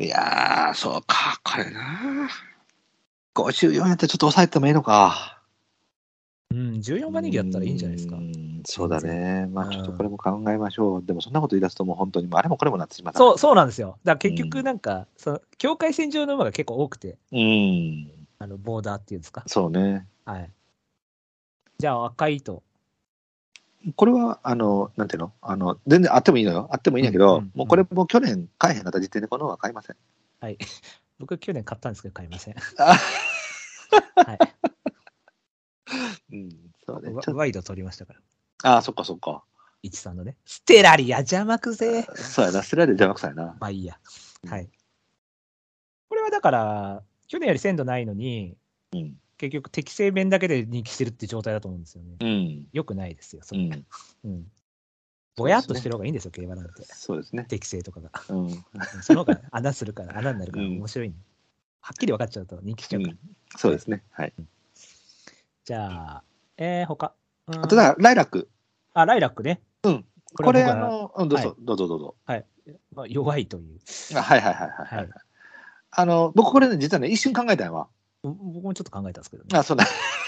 S3: いやー、そうか、これな54やったらちょっと抑えてもいいのか。
S2: うん、14番人気だったらいいんじゃないですか。
S3: うんそうだね。まあ、
S2: うん
S3: ちょっとこれも考えましょう。でも、そんなこと言い出すともう本当に、もうあれもこれもなってしまった。
S2: そう、そうなんですよ。だから結
S3: う
S2: 局
S3: ん
S2: なんか、その、境界線上の馬が結構多くて、
S3: うん。
S2: あの、ボーダーっていうんですか。
S3: そうね。
S2: はい。じゃあ、赤い糸。
S3: これは、あの、なんていうのあの、全然あってもいいのよ。あってもいいんやけ
S2: うん
S3: ど、
S2: うん
S3: もうこれもう去年買えへんかった時点でこの方は買 いません。
S2: 僕、去年買ったんですけど、買いません。
S3: あ
S2: はい。
S3: うん、そうね。
S2: ワ
S3: ちょっと
S2: ワイド取りましたから。
S3: ああ、そっかそっか。
S2: 一さんのね。ステラリア邪魔くぜ。
S3: そうやな、ステラで邪魔くさいな。
S2: まあいいや。はい。これはだから、去年より鮮度ないのに、
S3: うん
S2: 結局適正面だけで人気してるって状態だと思うんですよね。
S3: うん。
S2: よくないですよ、それ
S3: うん。
S2: うん。ぼやっとしてる方がいいんですよ、競馬なんて。
S3: そうですね。
S2: 適正と かが。
S3: うん。
S2: うんその方が穴するから、穴になるから
S3: うん
S2: 面白い、ねはっきり分かっちゃうと人気しちゃうから。
S3: そうですね。はい。
S2: じゃあ、えー、他。うーん
S3: あとだ、ライラック。
S2: あ、ライラックね。うん。
S3: これ、
S2: 僕
S3: あ
S2: は
S3: の、うんどう
S2: は
S3: ぞ、どうぞ、どうぞ。
S2: まあ、弱いという。
S3: あはいはいはいはい。
S2: はい。
S3: あの、僕これね、実はね、一瞬考えたんやわ。
S2: ぼ僕もちょっと考えたんですけどね。
S3: あ、そうだ。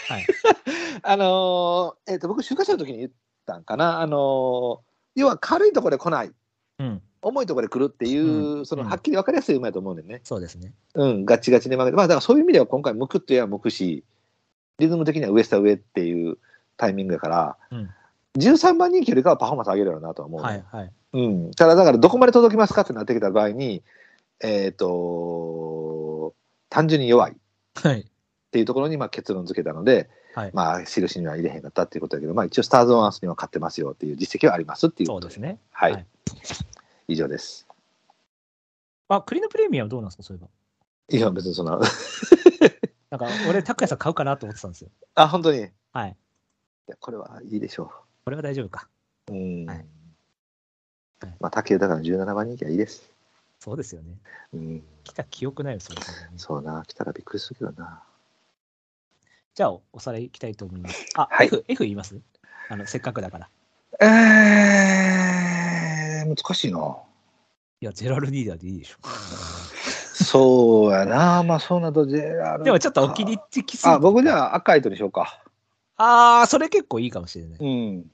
S2: はい。
S3: あのー、えっと、僕、出荷者の時に言ったんかな。あのー、要は軽いところで来ない。
S2: うん。
S3: 重いところで来るっていう、
S2: うん
S3: その
S2: うん
S3: はっきり分かりやすい馬やと思うねんね。
S2: そうですね。
S3: うん、ガチガチで負けて、まあ、だからそういう意味では今回、向くって言えば向くし、リズム的には上下上っていうタイミングだから、
S2: うん
S3: 13番人気よりかはパフォーマンス上げるよなとは思う、
S2: はいはい。
S3: うん、ただ、だからどこまで届きますかってなってきた場合に、えっ、と、単純に弱いっ
S2: はい。
S3: ていうところにまあ結論付けたので、
S2: はい
S3: まあ、印には入れへんかったっていうことだけど、まあ、一応、スターズ・オン・アースには勝ってますよっていう実績はありますっていう
S2: そ
S3: こ
S2: う
S3: と
S2: ですね。
S3: はい、
S2: はい
S3: 以上です。
S2: あ、栗のプレミアムどうなんですか、そういえば。
S3: いや、別にそんな、
S2: なんか、俺、拓也さん買うかなと思ってたんですよ。
S3: あ、本当に、い
S2: はい。
S3: やこれはいいでしょう。
S2: これは大丈夫か。
S3: うん
S2: はいはい
S3: まあ、竹豊の17番人気はいいです。
S2: そうですよね。
S3: うん、
S2: 来た記憶ないよ、それ、ね。
S3: そうな、来たらびっくりするけどな。
S2: じゃあ、おおさらいいきたいと思います。あ、
S3: はい
S2: F、F 言いますあの、せっかくだから。
S3: えー、難しいな。
S2: いや、ジェラルディーダーでいいでしょ。
S3: そうや な、まあ、そうなとジェラル
S2: でも、ちょっとお気に入ってきすぎ
S3: あ、僕じ
S2: あ。
S3: ゃあ赤い糸にしようか。
S2: あー、それ結構いいかもしれない。
S3: うん。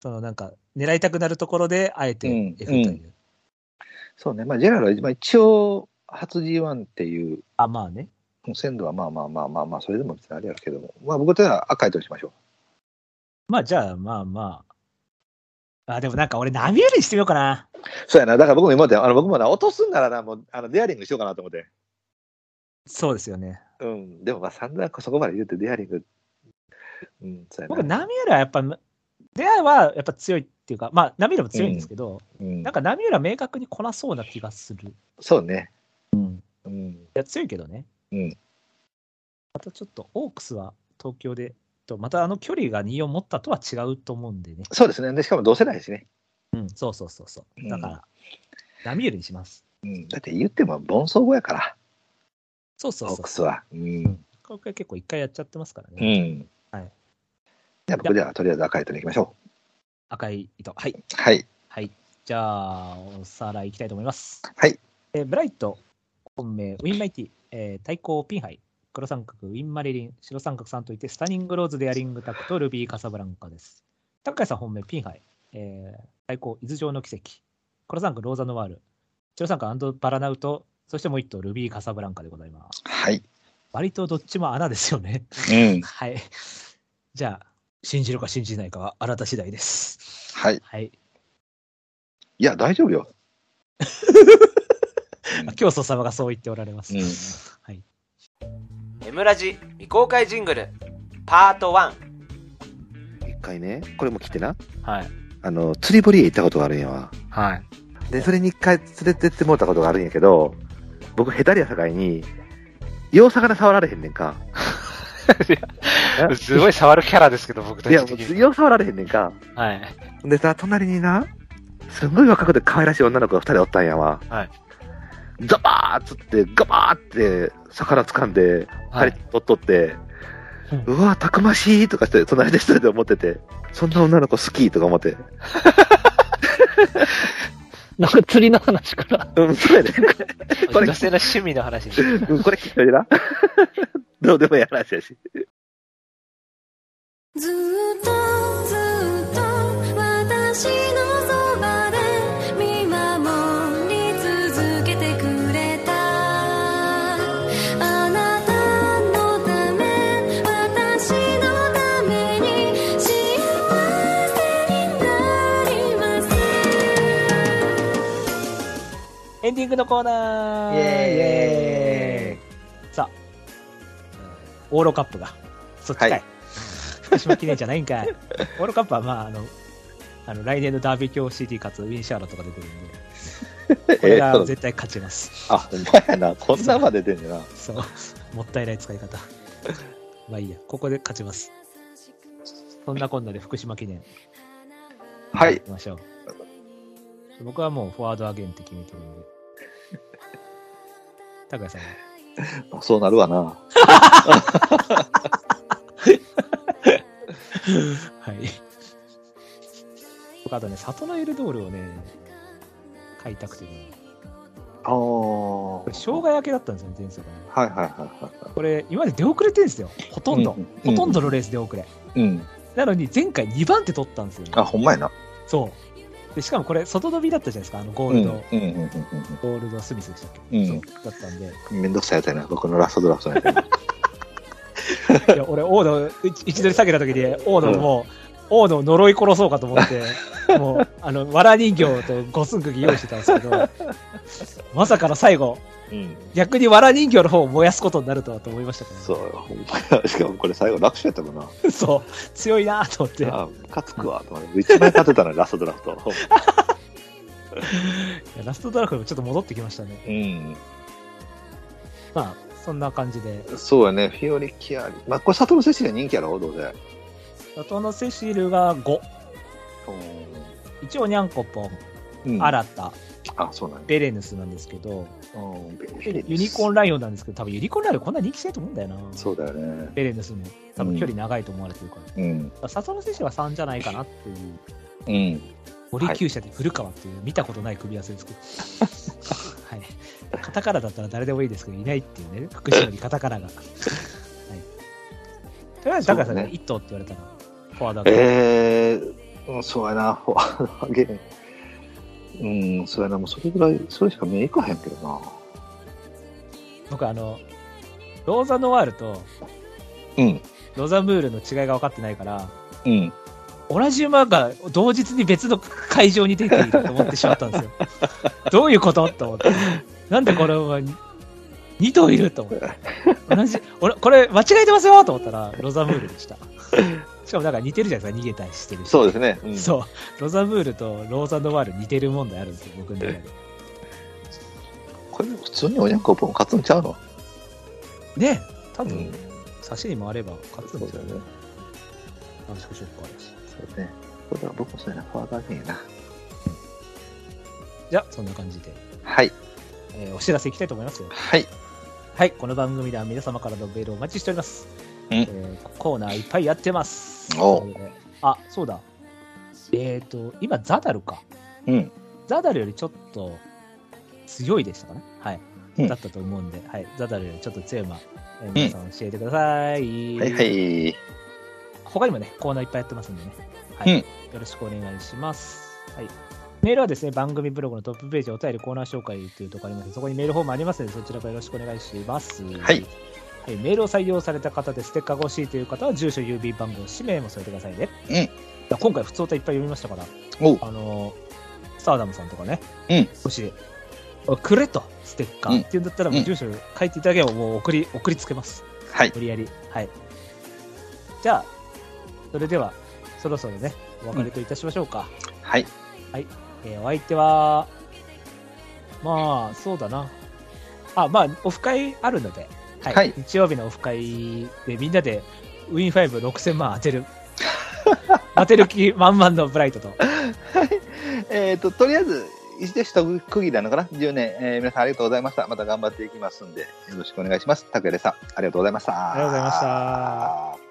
S2: その、なんか、狙いたくなるところで、あえて
S3: うん
S2: F という。
S3: そうね、まあ、ジェラルはまあ一応、初 G1 っていう
S2: あ、まあね。
S3: 鮮度はまあまあまあまあまあ、それでも別にあれやろうけども、まあ、僕じゃあ赤い糸にしましょ
S2: まあ、じゃあ、まあまあ。あ、でもなんか、俺、ナビューレにしてみようかな。
S3: う。そうやな、だから僕も今まで、あの僕もな、落とすんならな、もう、あのデアリングしようかなと思って。
S2: そうですよね。
S3: うん、でもまあ散々そこまで言うてデアリング、うん、そうや
S2: 僕、ナミューラはやっぱ、出会いはやっぱ強いっていうか、まあ、ナミューラも強いんですけど、
S3: うん
S2: なんかナミューラ明確にこなそうな気がする。い
S3: そうね。うん。
S2: や、強いけどね。
S3: うん
S2: またちょっと、オークスは東京で、とまたあの距離が2を持ったとは違うと思うんでね。
S3: そうですね。で、しかも同世代やしね。
S2: うん、そうそうそうそう。だから、
S3: うん
S2: ナミュールにします。
S3: うん。だって言っても、盆走後やから、
S2: そうそうそ
S3: オ
S2: う
S3: ーク。スは。うん。
S2: これ結構一回やっちゃってますからね。
S3: うん。
S2: はい。
S3: じゃあ僕ではとりあえず赤い糸に行きましょ。。
S2: 赤い糸。はいう
S3: はい。
S2: はい。じゃあ、おさらいいきたいと思います。
S3: はい。
S2: えーブライト、本命、ウィンマイティ、えー対抗、ピンハイ、黒三角、ウィンマリリン、白三角さんといて、スタニングローズ、デアリングタクト、ルビー、カサブランカです。タッカイさん本命、ピンハイ、えー対抗、伊豆城の奇跡、黒三角、ローザノワール、白三角、アンドバラナウト、そしてもう一頭、ルビー、カサブランカでございます。
S3: はい。
S2: 割とどっちも穴ですよね。
S3: うん。
S2: はい。じゃあ、信じるか信じないかはあなた次第です。
S3: はい。
S2: はい。
S3: いや、大丈夫よ。
S2: 教祖様がそう言っておられます。
S3: うん
S2: はい。
S4: エムラジ未公開ジングルパート1
S5: 一回ね、これも来てな。
S2: はい。
S5: あの、釣り堀へ行ったことがあるんやわ。
S2: はい。
S5: で、それに一回連れてってもらったことがあるんやけど、僕、下手りやさかいに、よう魚触られへんねんか。
S6: すごい触るキャラですけど、僕た
S5: い
S6: ち
S5: や、
S6: 的
S5: もう
S6: に。
S5: よう触られへんねんか。
S2: はい。
S5: でさ、隣にな、すんごい若くて可愛らしい女の子が二人おったんやわ。
S2: はい。
S5: ザバーっつって、ガバーって、魚掴んで、
S2: は
S5: 針
S2: い。
S5: 取っとって、
S2: うん
S5: うわ、たくましいとかして、隣で一人で思ってて、そんな女の子好きとか思って。
S7: なんか釣りの話から。
S5: うん、そうや ね。これ
S6: 女性の趣味の話に。
S5: うんこれきっとでな。 どうでもいい話やし。
S8: ずっとずっと私のそばで見守り続けてくれたあなたのため私のために幸せになります
S2: エンディングのコーナ
S9: イ
S2: ー
S9: エーイ
S2: イさあ、オーロカップが、そっちかい。
S3: はい
S2: 福島記念じゃないんかい。 オーロカップは、まあ、あの、あの来年のダービー強 CD かつウィンシャーロとか出てるんで、これ
S3: えーそ
S2: が
S3: う
S2: 絶対勝ちます。
S3: あ、ほんまやな。こんなまで出んねんな。
S2: そう、もったいない使い方。まあいいや、ここで勝ちます。そんなこんなで福島記念、
S3: はい
S2: 行。きましょう。僕はもうフォワードアゲンって決めてるんで。高谷さんは
S3: そうなるわな。
S2: はい。僕あとね、里のゆるドールをね、買いたくてね。
S3: ああ。は
S2: これ、
S3: い
S2: 生姜焼けだったんですよね、前作ね。
S3: はいはいはい。
S2: これ、今まで出遅れてるんですよ。ほとんど。
S3: う
S2: ほとんどのレースで遅れ。
S3: うん。
S2: なのに、前回2番手取ったんですよ、ね。
S3: あ、ほんまやな。
S2: そう。で、しかもこれ、外伸びだったじゃないですか、あの、ゴ
S3: う
S2: ール
S3: ん。うん
S2: ド、
S3: うんうんうん
S2: ゴールドスミスでしたっけ、
S3: うん
S2: そうだったんで。
S3: うん。めんどくさいやつやな。僕のラストドラフトやけど
S2: いや、俺、大野、一一度下げた時に、大野もう、大野を呪い殺そうかと思って、もう、あの、わら人形と五寸釘用意してたんですけど、まさかの最後、
S3: うん。
S2: 逆にわら人形の方を燃やすことになるとはと思いましたけど、
S3: そう、 ほんまや。しかもこれ最後楽勝やったもんな。
S2: そう。強いなと思って。いや
S3: あ、ムカつくわ。と思って一番勝てたのにラストドラフト。
S2: ラストドラフトもちょっと戻ってきましたね。
S3: うん。
S2: まあ、そんな感じで。
S3: そうやね。フィオリキアリ。まあ、これ佐藤セシルが人気やろ、どうせ。
S2: 里のセシルが5。一応、ニャンコポン、
S3: うん
S2: 新た、
S3: あ、そうなんだ。
S2: ベレヌスなんですけど、
S3: うん
S2: ユニコーンライオンなんですけど、多分ユニコーンライオンこんな人気しないと思うんだよな。
S3: そうだよね。
S2: ベレヌスも。多分距離長いと思われてるから。
S3: うん。
S2: 笹野選手は3じゃないかなっていう、
S3: うん。
S2: 森厩舎で古川っていう見たことない組み合わせですけど、 はい、カタカナだったら誰でもいいですけど、いないっていうね、福島にカタカナが。はい、とりあえず、高橋さん
S3: そう
S2: ね、
S3: ね
S2: 1頭って言われたら、フォワードだから
S3: えー、うんそうやな、 フォワードゲーム。うん、そうやな、もうそれぐらい、それしか目いかへんけどな。
S2: 僕、あの、ローザノワールと
S3: うん、
S2: ロザムールの違いが分かってないから、
S3: うん。
S2: 同じ馬が同日に別の会場に出ていると思ってしまったんですよ。どういうことと思って。なんでこれは2頭いると思って。同じ、俺、これ間違えてますよと思ったら、ロザムールでした。しかもなんか似てるじゃないですか、逃げたりしてるし。
S3: そうですね。うん、
S2: そう。ロザムールとローザンドワール似てる問題あるんですよ、僕の中で。
S3: これ、普通におにゃんこポン勝つんちゃうの
S2: ねえ多
S3: う
S2: 分
S3: ん、
S2: 差しに回れば勝つんですよ
S3: そうだ
S2: ね
S3: よね。
S2: 短縮ショックあるし
S3: そうね。これは僕もそうやな、フォワードゲームやな。
S2: じゃあ、そんな感じで、
S3: はい。
S2: えーお知らせいきたいと思いますよ。
S3: はい。
S2: はい、この番組では皆様からのメールをお待ちしております。
S3: うん
S2: えーコーナーいっぱいやってます。
S3: おう
S2: ということであ、そうだ。えっ、と、今、ザダルか。
S3: うん。
S2: ザダルよりちょっと強いでしたかね。はい。
S3: うん
S2: だったと思うんで、はい。ザダルよりちょっと強い馬、えー皆さん教えてください。
S3: はいはい。
S2: 他にもね、コーナーいっぱいやってますんでね。はい。
S3: うん。
S2: よろしくお願いします。はい。メールはですね、番組ブログのトップページ、お便りコーナー紹介というところあります。そこにメールフォームありますので、そちらからよろしくお願いします。はいはい、メールを採用された方でステッカーが欲しいという方は、住所、郵便番号、氏名も添えてくださいね。
S3: うん
S2: いや今回、普通歌いっぱい読みましたから、
S3: おう。
S2: あのー、スターダムさんとかね、
S3: うん
S2: もし、くれと、ステッカー、
S3: うん
S2: っていうんだったら、もう住所書いていただければ、もう送り、送りつけます。
S3: はい。
S2: 無理やり。はい。じゃあ、それでは、そろそろね、お別れといたしましょうか。
S3: はい。
S2: えーお相手は、まあ、そうだな。あ、まあ、オフ会あるので、はい。
S3: はい
S2: 日曜日のオフ会で、みんなで、ウィン56000万当てる。当てる気満々のブライトと。
S3: えっ、と、とりあえず、一で一区切りなのかな ?10 年、えー皆さんありがとうございました。また頑張っていきますんで、よろしくお願いします。拓也でさん、ありがとうございました。
S2: ありがとうございました。